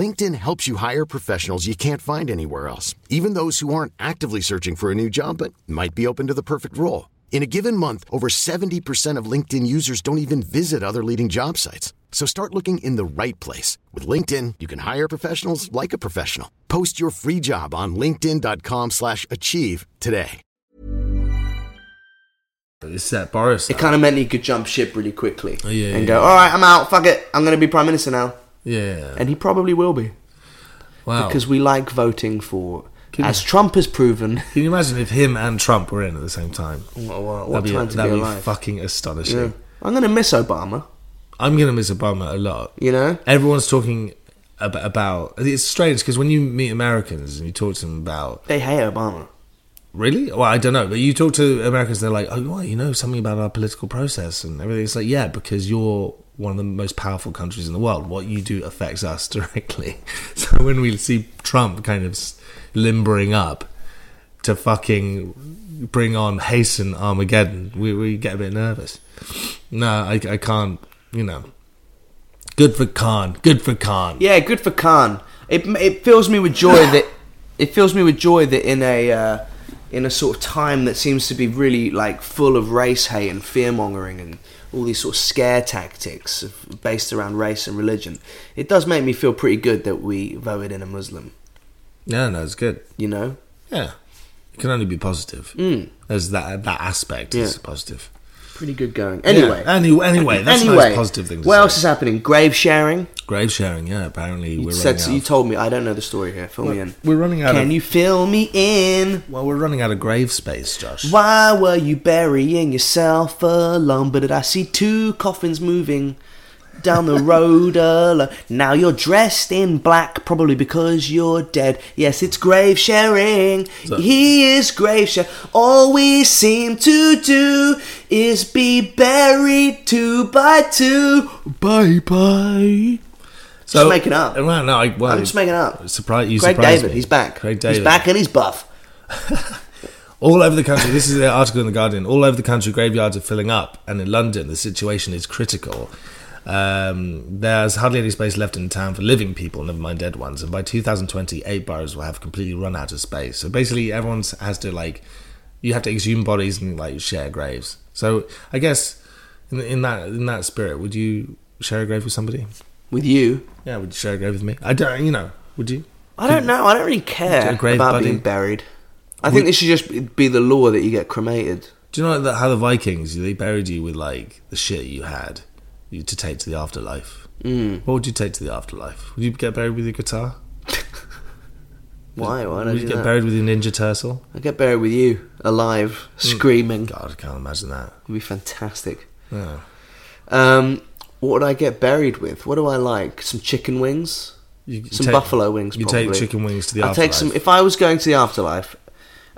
Speaker 4: LinkedIn helps you hire professionals you can't find anywhere else, even those who aren't actively searching for a new job but might be open to the perfect role. In a given month, over 70% of LinkedIn users don't even visit other leading job sites. So start looking in the right place. With LinkedIn, you can hire professionals like a professional. Post your free job on linkedin.com/achieve slash achieve today.
Speaker 1: It's that Boris.
Speaker 2: It kind of meant he could jump ship really quickly
Speaker 1: Oh, yeah,
Speaker 2: and
Speaker 1: yeah,
Speaker 2: go,
Speaker 1: yeah.
Speaker 2: all right, I'm out, fuck it, I'm going to be Prime Minister now.
Speaker 1: yeah.
Speaker 2: And he probably will be.
Speaker 1: wow.
Speaker 2: Because we like voting for,
Speaker 1: Can-
Speaker 2: as Trump has proven,
Speaker 1: Can you imagine if him and Trump were in at the same time?
Speaker 2: what, what,
Speaker 1: that'd
Speaker 2: what
Speaker 1: be,
Speaker 2: time to be
Speaker 1: that'd be
Speaker 2: alive.
Speaker 1: fucking astonishing.
Speaker 2: Yeah. I'm going to miss Obama,
Speaker 1: I'm gonna miss Obama a lot.
Speaker 2: you know?
Speaker 1: Everyone's talking ab- about. It's strange because when you meet Americans and you talk to them about
Speaker 2: They hate Obama.
Speaker 1: really, well, I don't know, but you talk to Americans, they're like, oh, what, you know something about our political process and everything. It's like, yeah, because you're one of the most powerful countries in the world. What you do affects us directly. so when we see Trump kind of s- limbering up to fucking bring on hasten Armageddon, we, we get a bit nervous. No, I, I can't. You know, good for Khan. Good for Khan.
Speaker 2: Yeah, good for Khan. It it fills me with joy that it fills me with joy that in a uh, in a sort of time that seems to be really like full of race hate and fear mongering and all these sort of scare tactics of- based around race and religion. It does make me feel pretty good that we voted in a Muslim.
Speaker 1: yeah, no, it's good.
Speaker 2: You know,
Speaker 1: Yeah, it can only be positive. There's that that aspect is
Speaker 2: Mm. Yeah.
Speaker 1: positive.
Speaker 2: pretty good going. Anyway.
Speaker 1: Yeah, any- anyway, that's a nice
Speaker 2: Anyway,
Speaker 1: positive thing to
Speaker 2: what
Speaker 1: say.
Speaker 2: else is happening? Grave sharing.
Speaker 1: Grave sharing, yeah. Apparently,
Speaker 2: You
Speaker 1: we're
Speaker 2: said
Speaker 1: running
Speaker 2: so
Speaker 1: out.
Speaker 2: you
Speaker 1: of-
Speaker 2: told me. I don't know the story here. Fill me in.
Speaker 1: we're running out.
Speaker 2: Can
Speaker 1: of,
Speaker 2: you fill me in?
Speaker 1: Well, we're running out of grave space, Josh.
Speaker 2: Why were you burying yourself alone? But did I see two coffins moving down the road alone? Now you're dressed in black, probably because you're dead. Yes, it's grave sharing. He is grave share. All we seem to do is be buried two by two.
Speaker 1: Bye bye. So
Speaker 2: Just making up.
Speaker 1: Well, no, I, well,
Speaker 2: I'm just making it up.
Speaker 1: Surprise! You
Speaker 2: Craig
Speaker 1: surprised
Speaker 2: David,
Speaker 1: me.
Speaker 2: he's back.
Speaker 1: Craig David,
Speaker 2: He's back and he's buff.
Speaker 1: All over the country, this is the article in The Guardian. All over the country, graveyards are filling up, and in London, the situation is critical. Um, there's hardly any space left in town for living people, never mind dead ones. And by 2020, eight boroughs will have completely run out of space. So basically, everyone has to like, you have to exhume bodies and like share graves. So I guess in, in that in that spirit, would you share a grave with somebody?
Speaker 2: With you.
Speaker 1: Yeah, would you share a grave with me? I don't, you know, would you?
Speaker 2: I don't know. I don't really care
Speaker 1: A grave
Speaker 2: about
Speaker 1: buddy.
Speaker 2: being buried. I think this should just be the law that you get cremated.
Speaker 1: Do you know that how the Vikings they buried you with like the shit you had you, to take to the afterlife? Mm. What would you take to the afterlife? Would you get buried with your guitar?
Speaker 2: Why? Why
Speaker 1: Would
Speaker 2: don't
Speaker 1: you
Speaker 2: you
Speaker 1: get
Speaker 2: that?
Speaker 1: buried with your Ninja Turtle?
Speaker 2: I get buried with you, alive, screaming.
Speaker 1: Hmm. God, I can't imagine that.
Speaker 2: It'd be fantastic.
Speaker 1: Yeah.
Speaker 2: Um, what would I get buried with? What do I like? Some chicken wings,
Speaker 1: You- you
Speaker 2: some
Speaker 1: take-
Speaker 2: buffalo wings.
Speaker 1: You
Speaker 2: probably.
Speaker 1: take chicken wings to the
Speaker 2: I'll
Speaker 1: afterlife.
Speaker 2: take some. If I was going to the afterlife,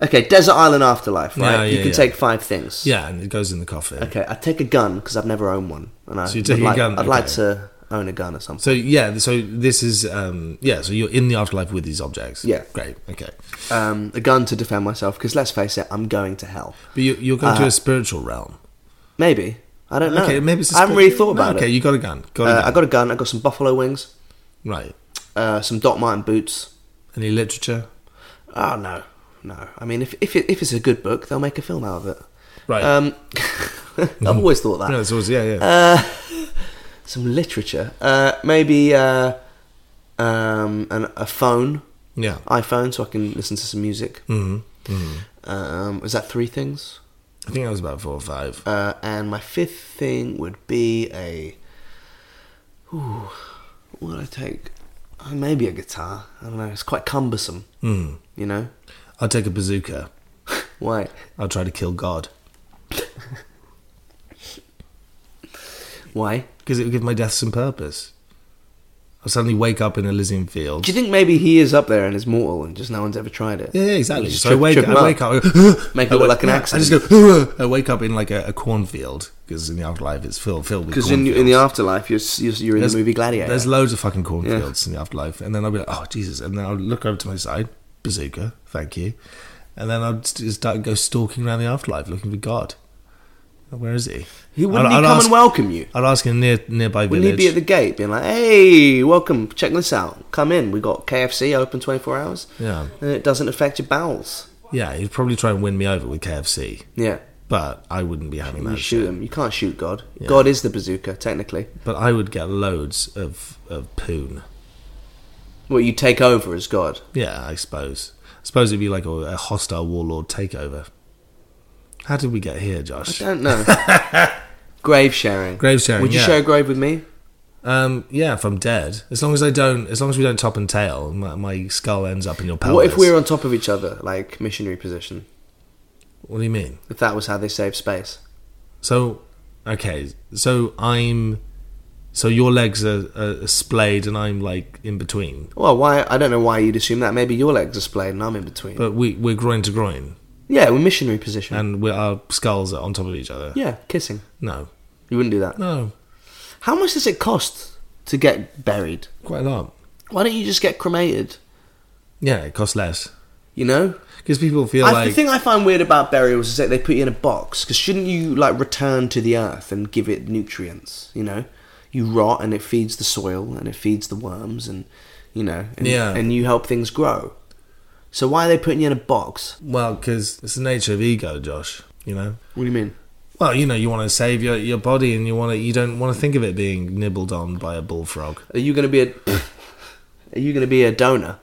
Speaker 2: okay, desert island afterlife, right?
Speaker 1: Yeah,
Speaker 2: you
Speaker 1: yeah,
Speaker 2: can
Speaker 1: yeah.
Speaker 2: take five things.
Speaker 1: yeah, and it goes in the coffin.
Speaker 2: Okay, I'd take a gun because I've never owned one, and I
Speaker 1: So you
Speaker 2: would
Speaker 1: take a
Speaker 2: like,
Speaker 1: gun,
Speaker 2: I'd like
Speaker 1: okay.
Speaker 2: to own a gun or something.
Speaker 1: So yeah, so this is um, yeah. So you're in the afterlife with these objects.
Speaker 2: Yeah.
Speaker 1: great. Okay,
Speaker 2: Um, a gun to defend myself because let's face it, I'm going to hell.
Speaker 1: but you, you're going to
Speaker 2: Uh,
Speaker 1: a spiritual realm.
Speaker 2: Maybe I don't know.
Speaker 1: Okay, maybe it's. I
Speaker 2: I haven't really thought about
Speaker 1: okay,
Speaker 2: it.
Speaker 1: you got a gun. Got a
Speaker 2: uh,
Speaker 1: gun.
Speaker 2: I got a gun. I got some buffalo wings,
Speaker 1: right.
Speaker 2: uh, some Doc Martin boots.
Speaker 1: Any literature?
Speaker 2: Oh no, no. I mean, if if, it, if it's a good book, they'll make a film out of it.
Speaker 1: Right.
Speaker 2: Um, I've always thought that.
Speaker 1: no, it's always yeah, yeah.
Speaker 2: Some literature, uh, maybe uh, um, an, a phone,
Speaker 1: yeah.
Speaker 2: iPhone, so I can listen to some music.
Speaker 1: hmm
Speaker 2: Um, is that three things?
Speaker 1: I think that was about four or five.
Speaker 2: Uh, and my fifth thing would be a. Ooh, what would I take? Uh, maybe a guitar. I don't know. It's quite cumbersome.
Speaker 1: Mm.
Speaker 2: You know
Speaker 1: I'll take a bazooka.
Speaker 2: why?
Speaker 1: I'll try to kill God
Speaker 2: Why?
Speaker 1: because it would give my death some purpose. I'll suddenly wake up in Elysium Field.
Speaker 2: Do you think maybe he is up there and is mortal and just no one's ever tried it?
Speaker 1: yeah, yeah, exactly.
Speaker 2: Just
Speaker 1: So I
Speaker 2: trip-
Speaker 1: wake,
Speaker 2: trip him
Speaker 1: I
Speaker 2: up.
Speaker 1: wake up, I go,
Speaker 2: Make it
Speaker 1: I
Speaker 2: look
Speaker 1: wa-
Speaker 2: like an
Speaker 1: yeah,
Speaker 2: accident.
Speaker 1: I just go. I wake up in like a, a cornfield because in the afterlife it's filled filled with.
Speaker 2: Because in, in the
Speaker 1: cornfields.
Speaker 2: afterlife, you're s- you're, you're in
Speaker 1: There's-
Speaker 2: the movie Gladiator.
Speaker 1: There's loads of fucking cornfields in the afterlife, and then I'll be like, oh Jesus, and then I'll look over to my side, bazooka, thank you, and then I'll just start go stalking around the afterlife looking for God. Where is he?
Speaker 2: He wouldn't he come
Speaker 1: ask-
Speaker 2: and welcome you?
Speaker 1: I'd ask in a near, nearby
Speaker 2: Wouldn't he
Speaker 1: village.
Speaker 2: be at the gate being like, hey, welcome, check this out. Come in, we got KFC open 24 hours.
Speaker 1: Yeah.
Speaker 2: And it doesn't affect your bowels.
Speaker 1: yeah, he'd probably try and win me over with KFC,
Speaker 2: Yeah.
Speaker 1: but I wouldn't be having
Speaker 2: You
Speaker 1: that
Speaker 2: shoot
Speaker 1: shit.
Speaker 2: him. You can't shoot God. God is the bazooka, technically.
Speaker 1: But I would get loads of, of poon.
Speaker 2: What you take over as God.
Speaker 1: Yeah, I suppose. I suppose it'd be like a, a hostile warlord takeover. How did we get here,
Speaker 2: I
Speaker 1: Josh?
Speaker 2: don't know. grave sharing.
Speaker 1: Grave sharing,
Speaker 2: Would you
Speaker 1: yeah.
Speaker 2: share a grave with me?
Speaker 1: Um, yeah, if I'm dead, as long as I don't, as long as we don't top and tail, my, my skull ends up in your pelvis.
Speaker 2: What if we were on top of each other, like missionary position?
Speaker 1: What do you mean?
Speaker 2: If that was how they saved space.
Speaker 1: So, okay, so I'm, so your legs are, are splayed and I'm like in between,
Speaker 2: Well, why? I don't know why you'd assume that. Maybe your legs are splayed and I'm in between.
Speaker 1: but we we're groin to groin
Speaker 2: yeah, we're missionary position.
Speaker 1: and we our skulls are on top of each other.
Speaker 2: yeah, kissing.
Speaker 1: No,
Speaker 2: You wouldn't do that.
Speaker 1: no,
Speaker 2: How much does it cost to get buried?
Speaker 1: quite a lot.
Speaker 2: Why don't you just get cremated?
Speaker 1: Yeah, it costs less
Speaker 2: You know,
Speaker 1: because people feel
Speaker 2: I,
Speaker 1: like
Speaker 2: the thing I find weird about burials is that they put you in a box. Because shouldn't you like return to the earth and give it nutrients? You know, you rot and it feeds the soil and it feeds the worms and you know, and,
Speaker 1: Yeah.
Speaker 2: and you help things grow. So why are they putting you in a box?
Speaker 1: well, because it's the nature of ego, Josh. You know.
Speaker 2: What do you mean?
Speaker 1: Well, you know, you want to save your, your body, and you want to you don't want to think of it being nibbled on by a bullfrog.
Speaker 2: Are you going to be a? are you going to be a donor?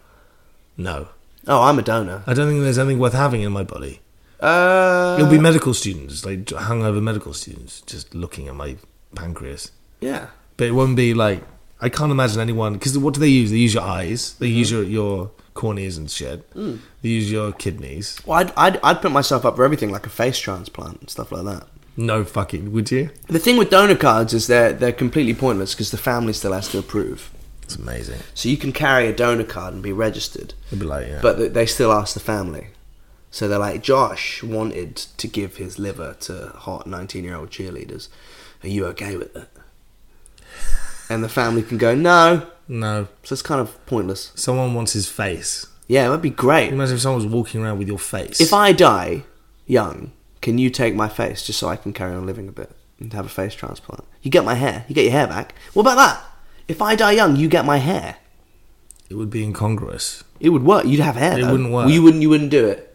Speaker 1: No,
Speaker 2: Oh, I'm a donor.
Speaker 1: I don't think there's anything worth having in my body.
Speaker 2: Uh,
Speaker 1: It'll be medical students, like hungover medical students, just looking at my pancreas.
Speaker 2: yeah.
Speaker 1: But it won't be like I can't imagine anyone because what do they use? They use your eyes, they
Speaker 2: Mm-hmm.
Speaker 1: use your your corneas and shit.
Speaker 2: Mm.
Speaker 1: They use your kidneys.
Speaker 2: Well, I'd, I'd I'd put myself up for everything, like a face transplant and stuff like that.
Speaker 1: No fucking would you?
Speaker 2: The thing with donor cards is they're they're completely pointless because the family still has to approve.
Speaker 1: It's amazing.
Speaker 2: So you can carry a donor card and be registered,
Speaker 1: It'd be like yeah.
Speaker 2: but th- they still ask the family. So they're like, Josh wanted to give his liver to hot nineteen-year-old cheerleaders. Are you okay with it? And the family can go no.
Speaker 1: no,
Speaker 2: So it's kind of pointless.
Speaker 1: someone wants his face.
Speaker 2: Yeah, that'd be great.
Speaker 1: Imagine if someone was walking around with your face.
Speaker 2: If I die young, can you take my face just so I can carry on living a bit and have a face transplant? You get my hair. You get your hair back. What about that? If I die young, you get my hair.
Speaker 1: it would be incongruous.
Speaker 2: It would work. You'd have hair.
Speaker 1: It
Speaker 2: though.
Speaker 1: wouldn't work. Hmm.
Speaker 2: Well, you wouldn't. You wouldn't do it.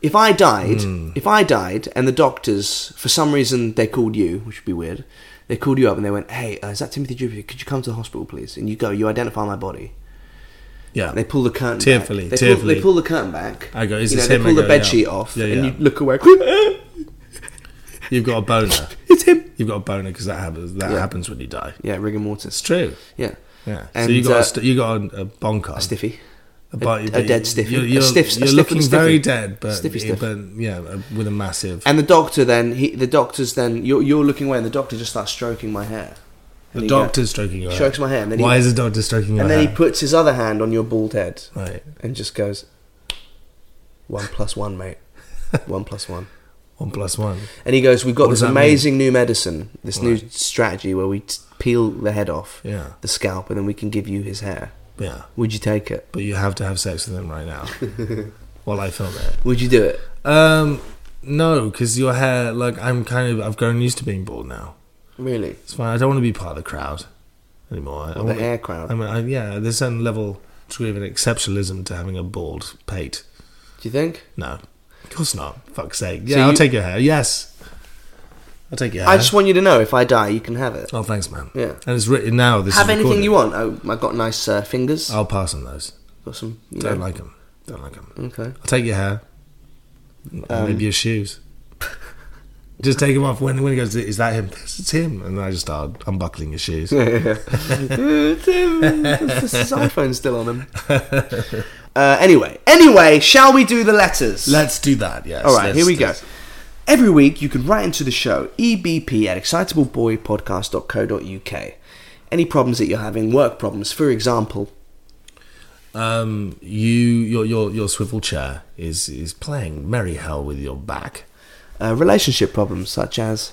Speaker 2: If I died, if I died, and the doctors, for some reason, they called you, which would be weird. They called you up and they went, "Hey, uh, is that Timothy Jupiter? Could you come to the hospital, please?" And you go, you identify my body.
Speaker 1: Yeah,
Speaker 2: They pull the curtain
Speaker 1: Tearfully,
Speaker 2: back. They
Speaker 1: tearfully.
Speaker 2: Pull, they pull the curtain back.
Speaker 1: I go, "Is
Speaker 2: you
Speaker 1: this
Speaker 2: know,
Speaker 1: him?"
Speaker 2: They
Speaker 1: I
Speaker 2: pull
Speaker 1: go,
Speaker 2: the bed sheet
Speaker 1: "Yeah."
Speaker 2: off,
Speaker 1: Yeah,
Speaker 2: and
Speaker 1: yeah.
Speaker 2: you look away.
Speaker 1: You've got a boner.
Speaker 2: it's him.
Speaker 1: You've got a boner because that happens. That happens when you die.
Speaker 2: Yeah, rigor
Speaker 1: It's
Speaker 2: mortis.
Speaker 1: true.
Speaker 2: Yeah.
Speaker 1: Yeah.
Speaker 2: And,
Speaker 1: so you got
Speaker 2: uh,
Speaker 1: a st- you got a, a bonker,
Speaker 2: A stiffy.
Speaker 1: but-
Speaker 2: a
Speaker 1: but
Speaker 2: dead stiffy.
Speaker 1: You're,
Speaker 2: A
Speaker 1: you're,
Speaker 2: stiff- a
Speaker 1: you're
Speaker 2: stiff
Speaker 1: looking
Speaker 2: and stiffy.
Speaker 1: very dead, but
Speaker 2: Stiffy stiff.
Speaker 1: but yeah, uh, with a massive.
Speaker 2: And the doctor then, he, the doctor's then, you're, you're looking away, and the doctor just starts stroking my hair.
Speaker 1: the
Speaker 2: And he go-
Speaker 1: doctor's stroking your
Speaker 2: strokes
Speaker 1: hair.
Speaker 2: my hair, and then
Speaker 1: Why
Speaker 2: he-
Speaker 1: is the doctor stroking your
Speaker 2: and
Speaker 1: hair?
Speaker 2: then he puts his other hand on your bald head
Speaker 1: right.
Speaker 2: and just goes, one plus one, mate. One plus one.
Speaker 1: One plus one.
Speaker 2: And he goes, we've got
Speaker 1: What does
Speaker 2: this
Speaker 1: that
Speaker 2: amazing new medicine, this new strategy where we t- peel the head off
Speaker 1: Yeah.
Speaker 2: the scalp and then we can give you his hair.
Speaker 1: Yeah.
Speaker 2: Would you take it?
Speaker 1: But you have to have sex with him right now. while I film it.
Speaker 2: Would you do it?
Speaker 1: Um, no, because your hair. Like I'm kind of. I've grown used to being bald now.
Speaker 2: Really?
Speaker 1: It's fine. I don't want to be part of the crowd anymore. I- I
Speaker 2: the
Speaker 1: wanna-
Speaker 2: hair crowd.
Speaker 1: I mean, I, yeah, there's a certain level degree of an exceptionalism to having a bald pate.
Speaker 2: Do you think?
Speaker 1: No, of course not. Fuck's sake. Yeah,
Speaker 2: So
Speaker 1: I'll
Speaker 2: you-
Speaker 1: take your hair. Yes, I'll take your hair.
Speaker 2: I just want you to know if I die, you can have it.
Speaker 1: Oh, thanks, man.
Speaker 2: Yeah.
Speaker 1: and it's written now. This
Speaker 2: have
Speaker 1: is
Speaker 2: anything
Speaker 1: recorded.
Speaker 2: you want. Oh, I've got nice uh, fingers.
Speaker 1: I'll pass on those.
Speaker 2: got some. You
Speaker 1: Don't
Speaker 2: know.
Speaker 1: like them. Don't like them.
Speaker 2: Okay.
Speaker 1: I'll take your hair.
Speaker 2: Um,
Speaker 1: Maybe your shoes. just take them off when when he goes. Is that him? Yes, it's him. And then I just start unbuckling your shoes.
Speaker 2: this is iPhone still on him. Uh, anyway, anyway, shall we do the letters?
Speaker 1: Let's do that. Yes.
Speaker 2: All right,
Speaker 1: Let's-
Speaker 2: here we go.
Speaker 1: let's-
Speaker 2: Every week, you can write into the show ebp at excitableboypodcast.co.uk. Any problems that you're having, work problems, for example.
Speaker 1: Um, you your your your swivel chair is is playing merry hell with your back.
Speaker 2: Uh, relationship problems such as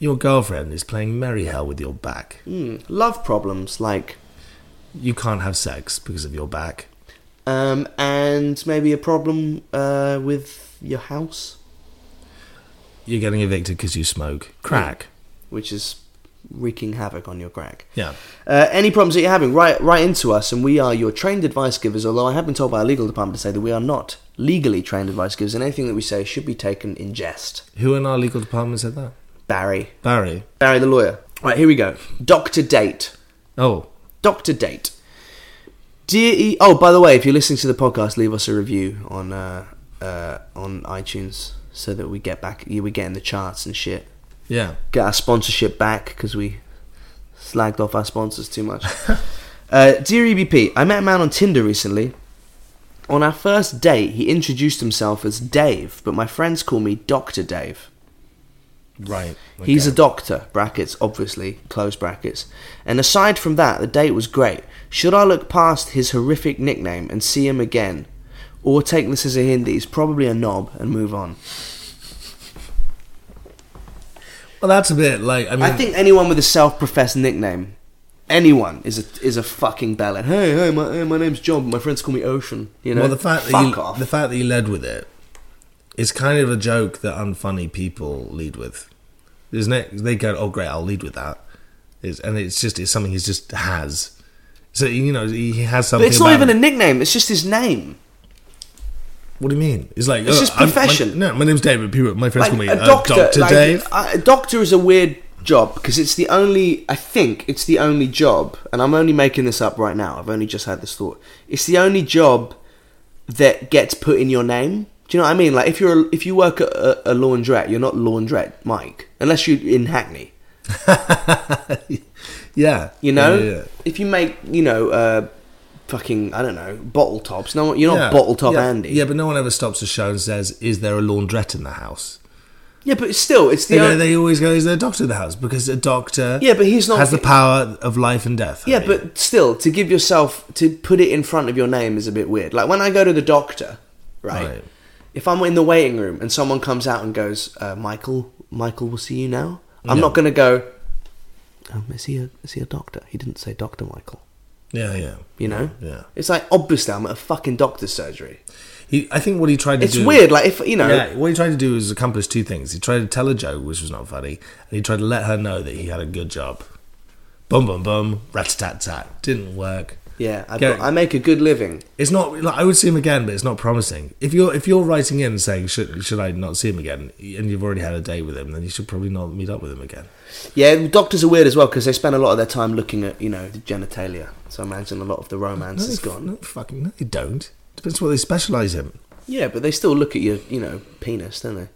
Speaker 1: Your girlfriend is playing merry hell with your back.
Speaker 2: love problems, like,
Speaker 1: You can't have sex because of your back.
Speaker 2: um, and maybe a problem uh, with your house.
Speaker 1: you're getting evicted because you smoke crack.
Speaker 2: which is wreaking havoc on your crack.
Speaker 1: Yeah.
Speaker 2: Uh, any problems that you're having, write write into us, and we are your trained advice givers. Although I have been told by our legal department to say that we are not legally trained advice givers, and anything that we say should be taken in jest.
Speaker 1: Who in our legal department said that?
Speaker 2: Barry,
Speaker 1: Barry.
Speaker 2: Barry the lawyer. Right here we go. Doctor Date.
Speaker 1: Oh,
Speaker 2: Doctor Date. Dear e- oh, by the way, if you're listening to the podcast, leave us a review on uh, uh, on iTunes so that we get back. We get in the charts and shit.
Speaker 1: yeah.
Speaker 2: Get our sponsorship back because we slagged off our sponsors too much. uh, dear EBP, I met a man on Tinder recently. On our first date, he introduced himself as Dave, but my friends call me Doctor Dave.
Speaker 1: Right.
Speaker 2: He's a
Speaker 1: okay.
Speaker 2: doctor, brackets, obviously, close brackets. And aside from that, the date was great. Should I look past his horrific nickname and see him again? Or take this as a hint that he's probably a knob and move on?
Speaker 1: Well, that's a bit like I mean.
Speaker 2: I think anyone with a self professed nickname, anyone, is a, is a fucking bellend. Hey, hey, my, hey, my name's John, but my friends call me Ocean. You know,
Speaker 1: well, the fact that
Speaker 2: fuck
Speaker 1: you,
Speaker 2: off.
Speaker 1: the fact that you led with it is kind of a joke that unfunny people lead with, isn't it? They go, "Oh, great, I'll lead with that," it's, and it's just it's something he just has. So you know he has
Speaker 2: but
Speaker 1: something.
Speaker 2: it's not
Speaker 1: about
Speaker 2: even a
Speaker 1: him.
Speaker 2: nickname, it's just his name.
Speaker 1: What do you mean? It's like uh,
Speaker 2: It's just
Speaker 1: I'm- my-
Speaker 2: profession.
Speaker 1: no, my name's David People. My friends
Speaker 2: Like,
Speaker 1: call me
Speaker 2: a
Speaker 1: uh,
Speaker 2: doctor,
Speaker 1: Doctor
Speaker 2: like,
Speaker 1: Dave.
Speaker 2: a- a doctor is a weird job because it's the only. I think it's the only job, and I'm only making this up right now. I've only just had this thought. It's the only job that gets put in your name. Do you know what I mean? Like if you're a, if you work at a, a laundrette, you're not laundrette Mike unless you're in Hackney.
Speaker 1: yeah,
Speaker 2: You know,
Speaker 1: Yeah, yeah, yeah.
Speaker 2: if you make you know. Uh, Fucking, I don't know, bottle tops. No, one- you're not
Speaker 1: Yeah,
Speaker 2: bottle top
Speaker 1: yeah,
Speaker 2: Andy.
Speaker 1: Yeah, but no one ever stops the show and says, "Is there a laundrette in the house?"
Speaker 2: yeah, but still, it's the
Speaker 1: They, go-
Speaker 2: only.
Speaker 1: they always go, "Is there a doctor in the house?" Because a doctor,
Speaker 2: Yeah, but he's not-
Speaker 1: has the power of life and death.
Speaker 2: Yeah,
Speaker 1: Harry.
Speaker 2: but still, to give yourself to put it in front of your name is a bit weird. Like when I go to the doctor, right?
Speaker 1: Right.
Speaker 2: If I'm in the waiting room and someone comes out and goes, uh, "Michael, Michael, we'll see you now," I'm not going to go. Um, is he a is he a doctor? He didn't say Doctor Michael.
Speaker 1: yeah, yeah.
Speaker 2: You know,
Speaker 1: Yeah.
Speaker 2: It's like obviously I'm at a fucking doctor's surgery.
Speaker 1: He, I think what he tried to
Speaker 2: It's
Speaker 1: do.
Speaker 2: weird. Like if you know,
Speaker 1: yeah, what he tried to do was accomplish two things. He tried to tell a joke, which was not funny, and he tried to let her know that he had a good job. Bum bum bum, rat tat tat. Didn't work.
Speaker 2: yeah, I,
Speaker 1: Go-
Speaker 2: I make a good living.
Speaker 1: It's not. Like, I would see him again, but it's not promising. If you're if you're writing in saying should should I not see him again, and you've already had a date with him, then you should probably not meet up with him again.
Speaker 2: Yeah, doctors are weird as well because they spend a lot of their time looking at you know the genitalia. So I imagine a lot of the romance
Speaker 1: they
Speaker 2: is
Speaker 1: f-
Speaker 2: gone.
Speaker 1: No, fucking no, they don't. Depends what they specialize in.
Speaker 2: Yeah, but they still look at your, you know, penis, don't they?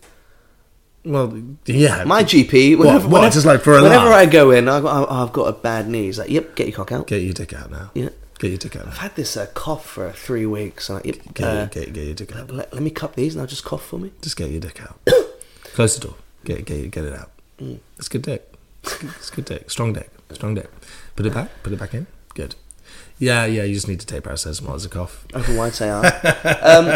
Speaker 1: Well, yeah.
Speaker 2: My GP,
Speaker 1: What-
Speaker 2: whenever,
Speaker 1: what,
Speaker 2: whenever-
Speaker 1: just like for a
Speaker 2: whenever
Speaker 1: laugh?
Speaker 2: I go in, I've got, I've got a bad knee. He's like, yep, get your cock out.
Speaker 1: get your dick out now.
Speaker 2: Yeah.
Speaker 1: Get your dick out.
Speaker 2: I've
Speaker 1: Now.
Speaker 2: had this uh, cough for three weeks. I'm like, yep,
Speaker 1: Get,
Speaker 2: uh,
Speaker 1: your, get, get your dick out.
Speaker 2: let, let me cup these and I'll just cough for me.
Speaker 1: Just get your dick out. Close the door. Get get get it out.
Speaker 2: Mm.
Speaker 1: It's good dick. It's good- It's good dick. Strong dick. Strong dick. Put it back. Put it back in. Good. Yeah, yeah. You just need to take paracetamol as a cough.
Speaker 2: Open wide, say ah. um,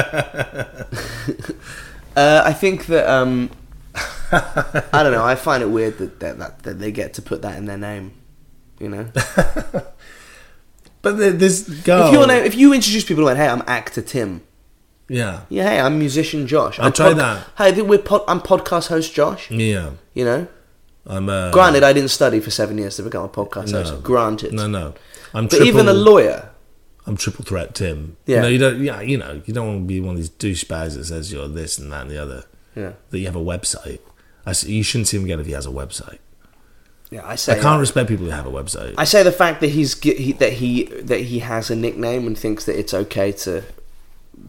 Speaker 2: uh, I think that, um, I don't know, I find it weird that, that, that, that they get to put that in their name, you know?
Speaker 1: But the, this girl.
Speaker 2: If, your name, if you introduce people and went, hey, I'm actor Tim.
Speaker 1: yeah.
Speaker 2: Yeah, hey, I'm musician Josh.
Speaker 1: I'll
Speaker 2: I'm
Speaker 1: try that.
Speaker 2: Hey, th- we're pod- I'm podcast host Josh.
Speaker 1: Yeah.
Speaker 2: You know,
Speaker 1: I'm. Uh,
Speaker 2: granted, I didn't study for seven years to become a podcast host. Granted,
Speaker 1: No, no. I'm.
Speaker 2: but even a lawyer.
Speaker 1: I'm triple threat Tim.
Speaker 2: Yeah.
Speaker 1: Yeah. No, you don't. Yeah, you know, you don't want to be one of these douchebags that says you're this and that and the other.
Speaker 2: Yeah.
Speaker 1: That you have a website. I s you shouldn't see him again if he has a website.
Speaker 2: Yeah, I say. uh,
Speaker 1: I can't respect people who have a website.
Speaker 2: I say the fact that he's ge- he, that he that he has a nickname and thinks that it's okay to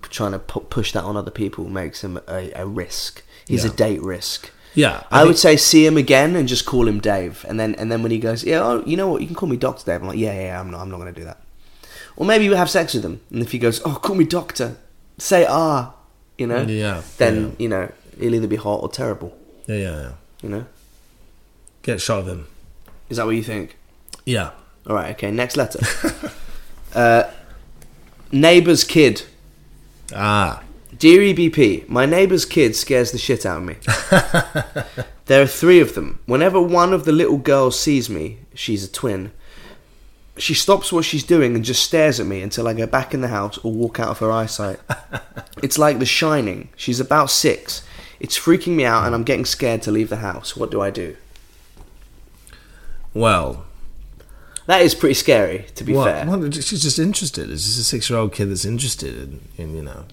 Speaker 2: trying to pu- push that on other people makes him a, a risk. He's a
Speaker 1: Yeah.
Speaker 2: date risk.
Speaker 1: yeah,
Speaker 2: I,
Speaker 1: think-
Speaker 2: would say see him again and just call him Dave, and then and then when he goes, yeah, oh, you know what, you can call me Doctor Dave. I'm like, yeah, yeah, yeah, I'm not, I'm not going to do that. Or maybe you have sex with him, and if he goes, oh, call me Doctor, say ah, you know,
Speaker 1: Yeah,
Speaker 2: then
Speaker 1: yeah.
Speaker 2: you know he'll either be hot or terrible,
Speaker 1: Yeah, yeah, yeah.
Speaker 2: you know.
Speaker 1: Get shot of him.
Speaker 2: Is that what you think?
Speaker 1: Yeah.
Speaker 2: All right, okay. Next letter. uh, neighbor's kid.
Speaker 1: Ah.
Speaker 2: Dear EBP, my neighbour's kid scares the shit out of me. there are three of them. Whenever one of the little girls sees me, she's a twin, she stops what she's doing and just stares at me until I go back in the house or walk out of her eyesight. it's like The Shining. She's about six. It's freaking me out, and I'm getting scared to leave the house. What do I do?
Speaker 1: Well,
Speaker 2: That is pretty scary, to be
Speaker 1: what,
Speaker 2: fair.
Speaker 1: what- she's just interested. It's just a six-year-old kid that's interested in, in you know,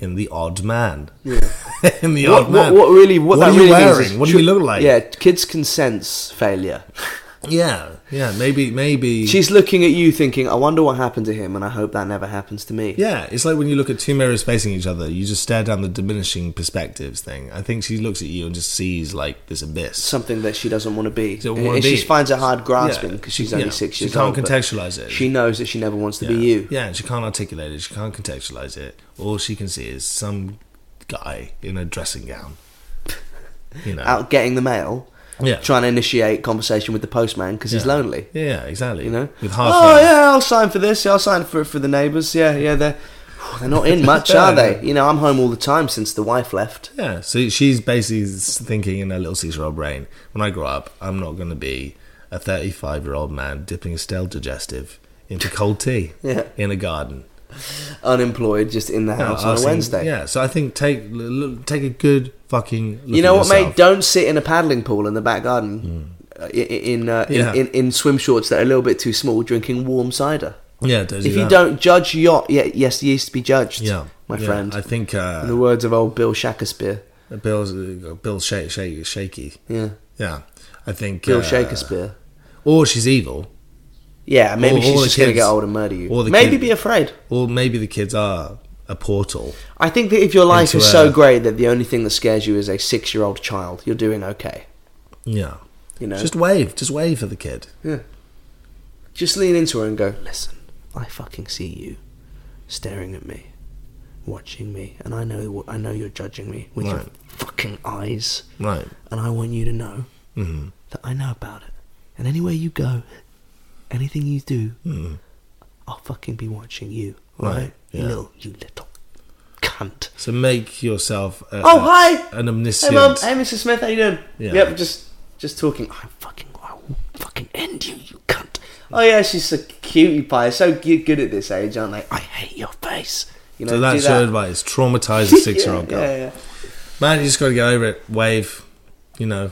Speaker 1: in the odd man. in the
Speaker 2: What,
Speaker 1: odd man.
Speaker 2: what, what really?
Speaker 1: What
Speaker 2: What, that
Speaker 1: are you
Speaker 2: really means
Speaker 1: wearing?
Speaker 2: is-
Speaker 1: What do you look like?
Speaker 2: Yeah, kids can sense failure.
Speaker 1: yeah, yeah. Maybe, maybe.
Speaker 2: She's looking at you, thinking, "I wonder what happened to him," and I hope that never happens to me.
Speaker 1: yeah, it's like when you look at two mirrors facing each other, you just stare down the diminishing perspectives thing. I think she looks at you and just sees like this abyss.
Speaker 2: Something that she doesn't want to be.
Speaker 1: Doesn't
Speaker 2: And
Speaker 1: wanna
Speaker 2: She
Speaker 1: be.
Speaker 2: finds it hard grasping
Speaker 1: Yeah,
Speaker 2: because
Speaker 1: she-
Speaker 2: she's only
Speaker 1: yeah,
Speaker 2: six
Speaker 1: she
Speaker 2: years
Speaker 1: can't
Speaker 2: old. but
Speaker 1: contextualise it.
Speaker 2: She knows that she never wants to
Speaker 1: yeah.
Speaker 2: be you.
Speaker 1: Yeah, she can't articulate it. She can't contextualize it. All she can see is some guy in a dressing gown. You know.
Speaker 2: Out getting the mail,
Speaker 1: yeah.
Speaker 2: trying to initiate conversation with the postman because he's
Speaker 1: Yeah.
Speaker 2: lonely.
Speaker 1: Yeah, exactly.
Speaker 2: You know,
Speaker 1: With half.
Speaker 2: oh yeah, I'll sign for this. Yeah, I'll sign for for the neighbours. Yeah, yeah, they're they're not in much, are they? You know, I'm home all the time since the wife left.
Speaker 1: Yeah, so she's basically thinking in her little six-year-old brain: when I grow up, I'm not going to be a 35-year-old man dipping a stale digestive into cold tea
Speaker 2: Yeah.
Speaker 1: in a garden.
Speaker 2: Unemployed, just in the
Speaker 1: Yeah,
Speaker 2: house
Speaker 1: I
Speaker 2: on a
Speaker 1: was thinking-
Speaker 2: Wednesday.
Speaker 1: Yeah, so I think take look, take a good fucking. Look
Speaker 2: You know
Speaker 1: at
Speaker 2: what,
Speaker 1: yourself. Hmm.
Speaker 2: mate? Don't sit in a paddling pool in the back garden uh, i- i- in, uh, in,
Speaker 1: Yeah.
Speaker 2: in in swim shorts that are a little bit too small, drinking warm cider.
Speaker 1: Yeah, don't do
Speaker 2: If you
Speaker 1: that.
Speaker 2: don't judge yacht, yeah, yes, you used to be judged,
Speaker 1: yeah,
Speaker 2: my
Speaker 1: yeah,
Speaker 2: friend.
Speaker 1: I think
Speaker 2: in the
Speaker 1: uh,
Speaker 2: words of old Bill Shakespeare.
Speaker 1: Bill's uh, Bill shake, shake, shaky.
Speaker 2: Yeah,
Speaker 1: Yeah, I think
Speaker 2: Bill
Speaker 1: uh,
Speaker 2: Shakespeare.
Speaker 1: Or she's evil,
Speaker 2: Yeah,
Speaker 1: all- all
Speaker 2: maybe she's
Speaker 1: the
Speaker 2: just going to
Speaker 1: kids-
Speaker 2: get old and murder you.
Speaker 1: all the
Speaker 2: Maybe
Speaker 1: kid-
Speaker 2: be afraid.
Speaker 1: or maybe the kids are a portal.
Speaker 2: I think that if your life
Speaker 1: Into
Speaker 2: is so
Speaker 1: a-
Speaker 2: great that the only thing that scares you is a six-year-old child, you're doing okay.
Speaker 1: Yeah,
Speaker 2: You know,
Speaker 1: just wave, just wave for the kid.
Speaker 2: Just lean into her and go, listen, I fucking see you staring at me, watching me, and I know I know you're judging me with your
Speaker 1: Right.
Speaker 2: fucking eyes,
Speaker 1: Right. Mm-hmm.
Speaker 2: and I want you to know that I know about it. And anywhere you go, anything you do, I'll fucking be watching you, all right?
Speaker 1: Hmm. Right,
Speaker 2: You
Speaker 1: yeah.
Speaker 2: little, you little cunt.
Speaker 1: So make yourself. A,
Speaker 2: Oh
Speaker 1: a-
Speaker 2: hi!
Speaker 1: An
Speaker 2: Hey
Speaker 1: omniscient.
Speaker 2: mum, hey Mrs. Smith, how you doing?
Speaker 1: Yeah.
Speaker 2: Yep, just just talking. I fucking I will fucking end you, you cunt. Oh yeah, she's a cutie pie. So g- good at this age, aren't they? I hate your face. You know,
Speaker 1: so
Speaker 2: do
Speaker 1: that's
Speaker 2: that.
Speaker 1: your advice. Traumatize a six-year-old
Speaker 2: yeah,
Speaker 1: girl.
Speaker 2: yeah, yeah.
Speaker 1: Man, you just got to get over it. Wave. You know,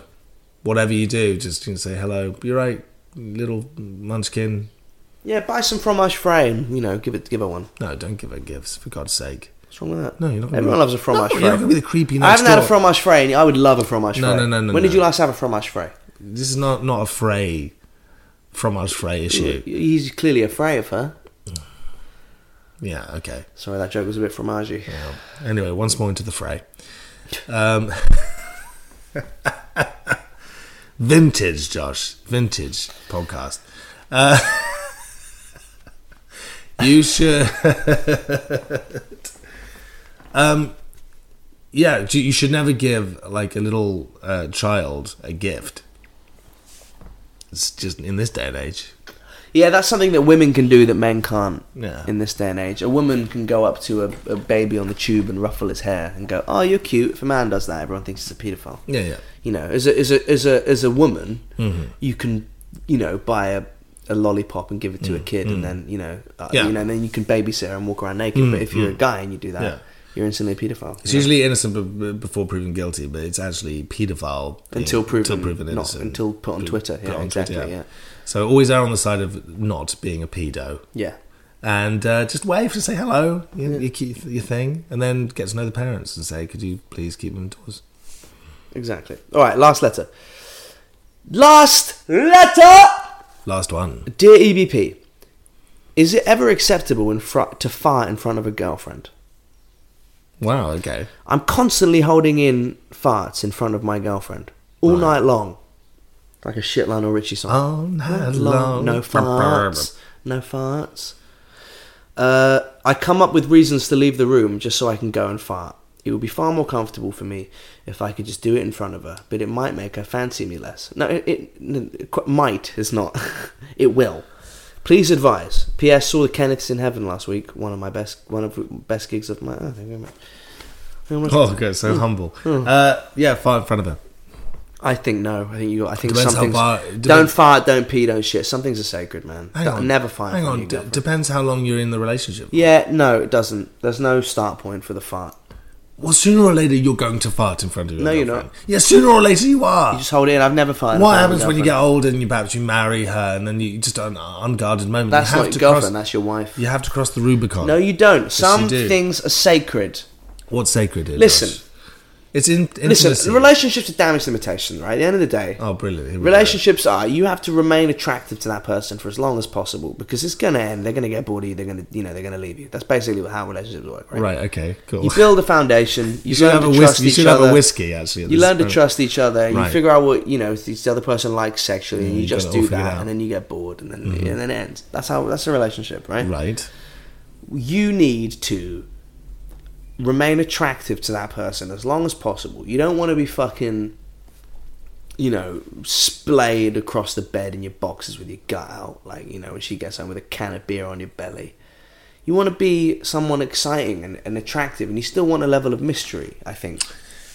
Speaker 1: whatever you do, just you know, say hello. You're right, little munchkin.
Speaker 2: Yeah, buy some fromage frais and you know, give it give her one.
Speaker 1: No, don't give her gifts for God's sake.
Speaker 2: What's wrong with that?
Speaker 1: No, you're not. Gonna
Speaker 2: Everyone
Speaker 1: be,
Speaker 2: loves a fromage
Speaker 1: No,
Speaker 2: frais.
Speaker 1: You're not gonna be the creepy.
Speaker 2: I
Speaker 1: Next
Speaker 2: haven't had a
Speaker 1: door.
Speaker 2: fromage frais. and I would love a fromage
Speaker 1: No,
Speaker 2: frais.
Speaker 1: no, no, no,
Speaker 2: When did
Speaker 1: no.
Speaker 2: you last have a fromage frais?
Speaker 1: This is not not a fray, fromage fray issue.
Speaker 2: He's clearly afraid of her.
Speaker 1: Yeah. Okay.
Speaker 2: Sorry, that joke was a bit fromagey.
Speaker 1: Well, anyway, once more into the fray. Um, vintage, Josh. Vintage podcast. Uh, you should. um, yeah, you you should never give like a little uh, child a gift. It's just in this day and age.
Speaker 2: Yeah, that's something that women can do that men can't
Speaker 1: Yeah.
Speaker 2: in this day and age. A woman can go up to a, a baby on the tube and ruffle its hair and go, "Oh, you're cute." If a man does that, everyone thinks he's a paedophile.
Speaker 1: Yeah, yeah. Mm-hmm.
Speaker 2: You know, as a as a as a as a woman, you can you know buy a, a lollipop and give it to a kid, and then you know uh,
Speaker 1: Mm, Yeah. Mm,
Speaker 2: you know, and then you can babysit her and walk around naked. But if you're a guy and you do that,
Speaker 1: Yeah.
Speaker 2: you're instantly a paedophile.
Speaker 1: It's usually innocent b- b- before proven guilty, but it's actually paedophile being-
Speaker 2: Until proven- not-
Speaker 1: innocent.
Speaker 2: until put on
Speaker 1: Put-
Speaker 2: Twitter. Yeah, exactly, yeah.
Speaker 1: So always err on the side of not being a pedo,
Speaker 2: yeah.
Speaker 1: and uh, just wave and say hello, you, you keep your thing, and then get to know the parents and say, "Could you please keep them indoors?"
Speaker 2: Exactly. All right, last letter. Last letter.
Speaker 1: Last one.
Speaker 2: Dear EBP, is it ever acceptable in fr- to fart in front of a girlfriend?
Speaker 1: Wow. Okay.
Speaker 2: I'm constantly holding in farts in front of my girlfriend all night long, like a shitlano Richie song.
Speaker 1: All night long.
Speaker 2: no farts, no farts. Uh, I come up with reasons to leave the room just so I can go and fart. It would be far more comfortable for me if I could just do it in front of her, but it might make her fancy me less. No, it, it, no, it qu- might is not. it will. Please advise. P.S. Saw the Kenneths in Heaven last week. One of my best, one of best gigs of my. Oh, thank you very much. Thank you very much.
Speaker 1: Oh, good.
Speaker 2: Hmm.
Speaker 1: So humble. Uh, yeah, far in front of her.
Speaker 2: I think no. I think you. got I think
Speaker 1: Depends how
Speaker 2: something.
Speaker 1: far-
Speaker 2: Don't
Speaker 1: depends-
Speaker 2: fart. Don't pee. Don't shit. Some things are sacred, man.
Speaker 1: Hang
Speaker 2: Don't-
Speaker 1: on.
Speaker 2: Never fart. in
Speaker 1: Hang
Speaker 2: front of
Speaker 1: on.
Speaker 2: your
Speaker 1: D-
Speaker 2: girlfriend.
Speaker 1: depends how long you're in the relationship.
Speaker 2: Yeah, no, it doesn't. There's no start point for the fart.
Speaker 1: Well, sooner or later, you're going to fart in front of your
Speaker 2: No, you're
Speaker 1: girlfriend. Yeah, sooner or later, you are.
Speaker 2: You just hold it in. I've never fired.
Speaker 1: what happens when you get older and you perhaps you marry her and then you just an unguarded moment?
Speaker 2: That's
Speaker 1: you have
Speaker 2: not your
Speaker 1: to
Speaker 2: girlfriend.
Speaker 1: Cross,
Speaker 2: That's your wife.
Speaker 1: you have to cross the Rubicon.
Speaker 2: No, you don't.
Speaker 1: Yes,
Speaker 2: Some
Speaker 1: you do.
Speaker 2: things are sacred.
Speaker 1: What's sacred? is
Speaker 2: Listen.
Speaker 1: us. It's in, intimacy.
Speaker 2: Listen, relationships are damage limitation, right? At the end of the day,
Speaker 1: Oh, brilliant. Here we go.
Speaker 2: relationships are you have to remain attractive to that person for as long as possible because it's going to end. They're going to get bored of you. They're going to, you know, they're going to leave you. That's basically how relationships work, right?
Speaker 1: Right, okay, cool.
Speaker 2: You build a foundation. You,
Speaker 1: You should
Speaker 2: learn
Speaker 1: have
Speaker 2: to
Speaker 1: a
Speaker 2: trust
Speaker 1: whiskey. You
Speaker 2: each
Speaker 1: should have
Speaker 2: other.
Speaker 1: a whiskey, actually. at
Speaker 2: You
Speaker 1: this
Speaker 2: learn to
Speaker 1: point.
Speaker 2: trust each other. You
Speaker 1: Right.
Speaker 2: figure out what you know if the other person likes sexually, and
Speaker 1: Yeah,
Speaker 2: you,
Speaker 1: you
Speaker 2: just
Speaker 1: gotta all
Speaker 2: do
Speaker 1: figure it
Speaker 2: that,
Speaker 1: out. Mm-hmm.
Speaker 2: and then you get bored, and then and then it ends. That's how that's a relationship, right?
Speaker 1: Right.
Speaker 2: You need to remain attractive to that person as long as possible. You don't want to be fucking, you know, splayed across the bed in your boxes with your gut out, like you know, when she gets home with a can of beer on your belly. You want to be someone exciting and, and attractive, and you still want a level of mystery. I think.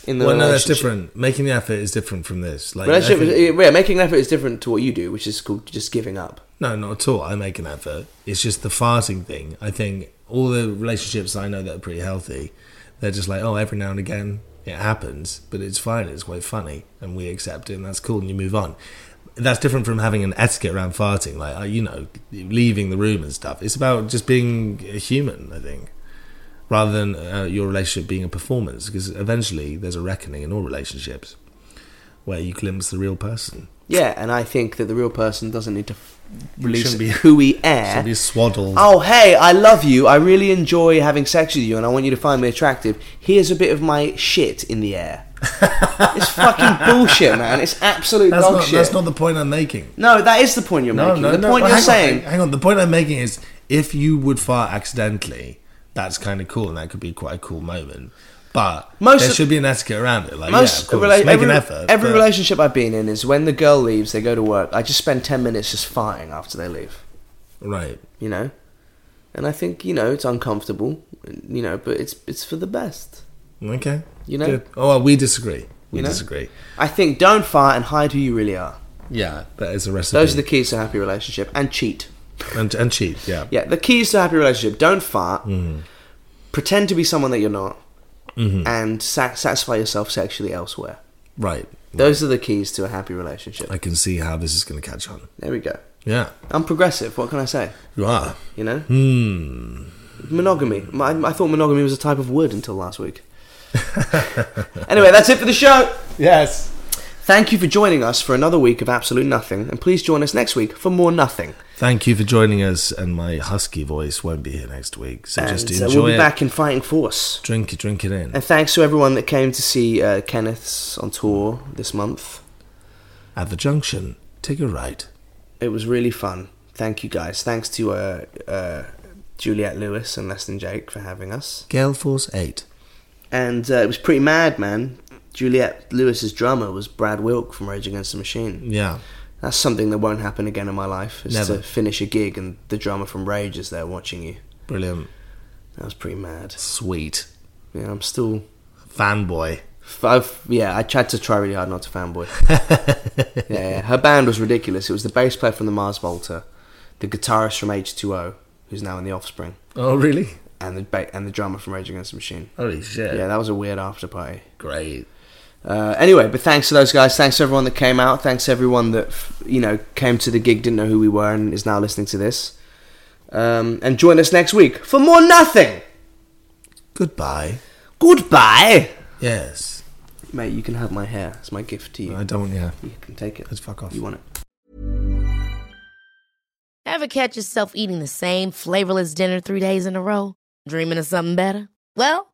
Speaker 2: In the
Speaker 1: Well, no, that's
Speaker 2: relationship.
Speaker 1: different. Making the effort is different from this. Like,
Speaker 2: Relationship,
Speaker 1: effort-
Speaker 2: is, yeah, making an effort is different to what you do, which is called just giving up.
Speaker 1: No, not at all. I make an effort. It's just the farting thing. I think all the relationships I know that are pretty healthy, they're just like, oh, every now and again it happens, but it's fine. It's quite funny, and we accept it, and that's cool, and you move on. That's different from having an etiquette around farting, like uh, you know, leaving the room and stuff. It's about just being a human, I think, rather than uh, your relationship being a performance. Because eventually, there's a reckoning in all relationships where you glimpse the real person.
Speaker 2: Yeah, and I think that the real person doesn't need to f- release
Speaker 1: Shouldn't be-
Speaker 2: hooey air.
Speaker 1: Should be swaddled.
Speaker 2: Oh, hey, I love you. I really enjoy having sex with you, and I want you to find me attractive. Here's a bit of my shit in the air. it's fucking bullshit, man. It's absolute
Speaker 1: that's
Speaker 2: dog
Speaker 1: not,
Speaker 2: shit.
Speaker 1: that's not the point I'm making.
Speaker 2: no, that is the point you're making. the point
Speaker 1: but
Speaker 2: you're
Speaker 1: hang
Speaker 2: saying.
Speaker 1: On, hang on. The point I'm making is if you would fart accidentally, that's kind of cool, and that could be quite a cool moment. But
Speaker 2: Most
Speaker 1: there
Speaker 2: of-
Speaker 1: should be an etiquette around it. Like, yeah, of
Speaker 2: Most
Speaker 1: course,
Speaker 2: rela-
Speaker 1: make
Speaker 2: every,
Speaker 1: an effort.
Speaker 2: every
Speaker 1: but-
Speaker 2: relationship I've been in is when the girl leaves, they go to work. I just spend ten minutes just farting after they leave.
Speaker 1: right?
Speaker 2: you know. And I think you know it's uncomfortable, you know, but it's it's for the best.
Speaker 1: Okay.
Speaker 2: You know?
Speaker 1: Good. Oh, well, we disagree. We
Speaker 2: You know?
Speaker 1: disagree.
Speaker 2: I think don't fart and hide who you really are.
Speaker 1: Yeah, that is a recipe.
Speaker 2: Those are the keys to a happy relationship and cheat.
Speaker 1: and, and cheat. Yeah.
Speaker 2: Yeah, the keys to a happy relationship: don't fart, pretend to be someone that you're not, and sa- satisfy yourself sexually elsewhere.
Speaker 1: Right.
Speaker 2: Those are the keys to a happy relationship.
Speaker 1: I can see how this is going to catch on.
Speaker 2: There we go.
Speaker 1: Yeah.
Speaker 2: I'm progressive. What can I say?
Speaker 1: You are.
Speaker 2: You know,
Speaker 1: Hmm.
Speaker 2: monogamy. I, I thought monogamy was a type of wood until last week. anyway, that's it for the show.
Speaker 1: Yes.
Speaker 2: Thank you for joining us for another week of Absolute Nothing, and please join us next week for more nothing.
Speaker 1: Thank you for joining us, and my husky voice won't be here next week, so
Speaker 2: And
Speaker 1: just
Speaker 2: uh,
Speaker 1: enjoy
Speaker 2: we'll be
Speaker 1: it.
Speaker 2: back in fighting force.
Speaker 1: Drink it, drink it in.
Speaker 2: And thanks to everyone that came to see uh, Kenneth's on tour this month.
Speaker 1: At the junction, take a right.
Speaker 2: It was really fun. Thank you guys. Thanks to uh, uh, Juliet Lewis and Less Than Jake for having us.
Speaker 1: Gale Force 8.
Speaker 2: And uh, it was pretty mad, man. Juliet Lewis's drummer was Brad Wilk from Rage Against the Machine.
Speaker 1: Yeah.
Speaker 2: That's something that won't happen again in my life. Is
Speaker 1: Never.
Speaker 2: to finish a gig and the drummer from Rage is there watching you.
Speaker 1: Brilliant.
Speaker 2: That was pretty mad.
Speaker 1: Sweet.
Speaker 2: Yeah, I'm still.
Speaker 1: Fanboy.
Speaker 2: f- I've, yeah, I tried to try really hard not to fanboy. yeah, yeah, her band was ridiculous. It was the bass player from the Mars Volta, the guitarist from H2O, who's now in the Offspring,
Speaker 1: Oh, really?
Speaker 2: and the ba- and the drummer from Rage Against the Machine.
Speaker 1: Holy shit.
Speaker 2: Yeah, that was a weird after party.
Speaker 1: Great.
Speaker 2: Uh, anyway, but thanks to those guys. Thanks to everyone that came out. Thanks to everyone that f- you know came to the gig, didn't know who we were, and is now listening to this. Um, and join us next week for more nothing.
Speaker 1: Goodbye.
Speaker 2: Goodbye,
Speaker 1: Yes.
Speaker 2: mate. You can have my hair. It's my gift to you.
Speaker 1: I don't, yeah.
Speaker 2: You can take it.
Speaker 1: Let's fuck off.
Speaker 2: You want it.
Speaker 5: Ever catch yourself eating the same flavorless dinner three days in a row? Dreaming of something better? Well,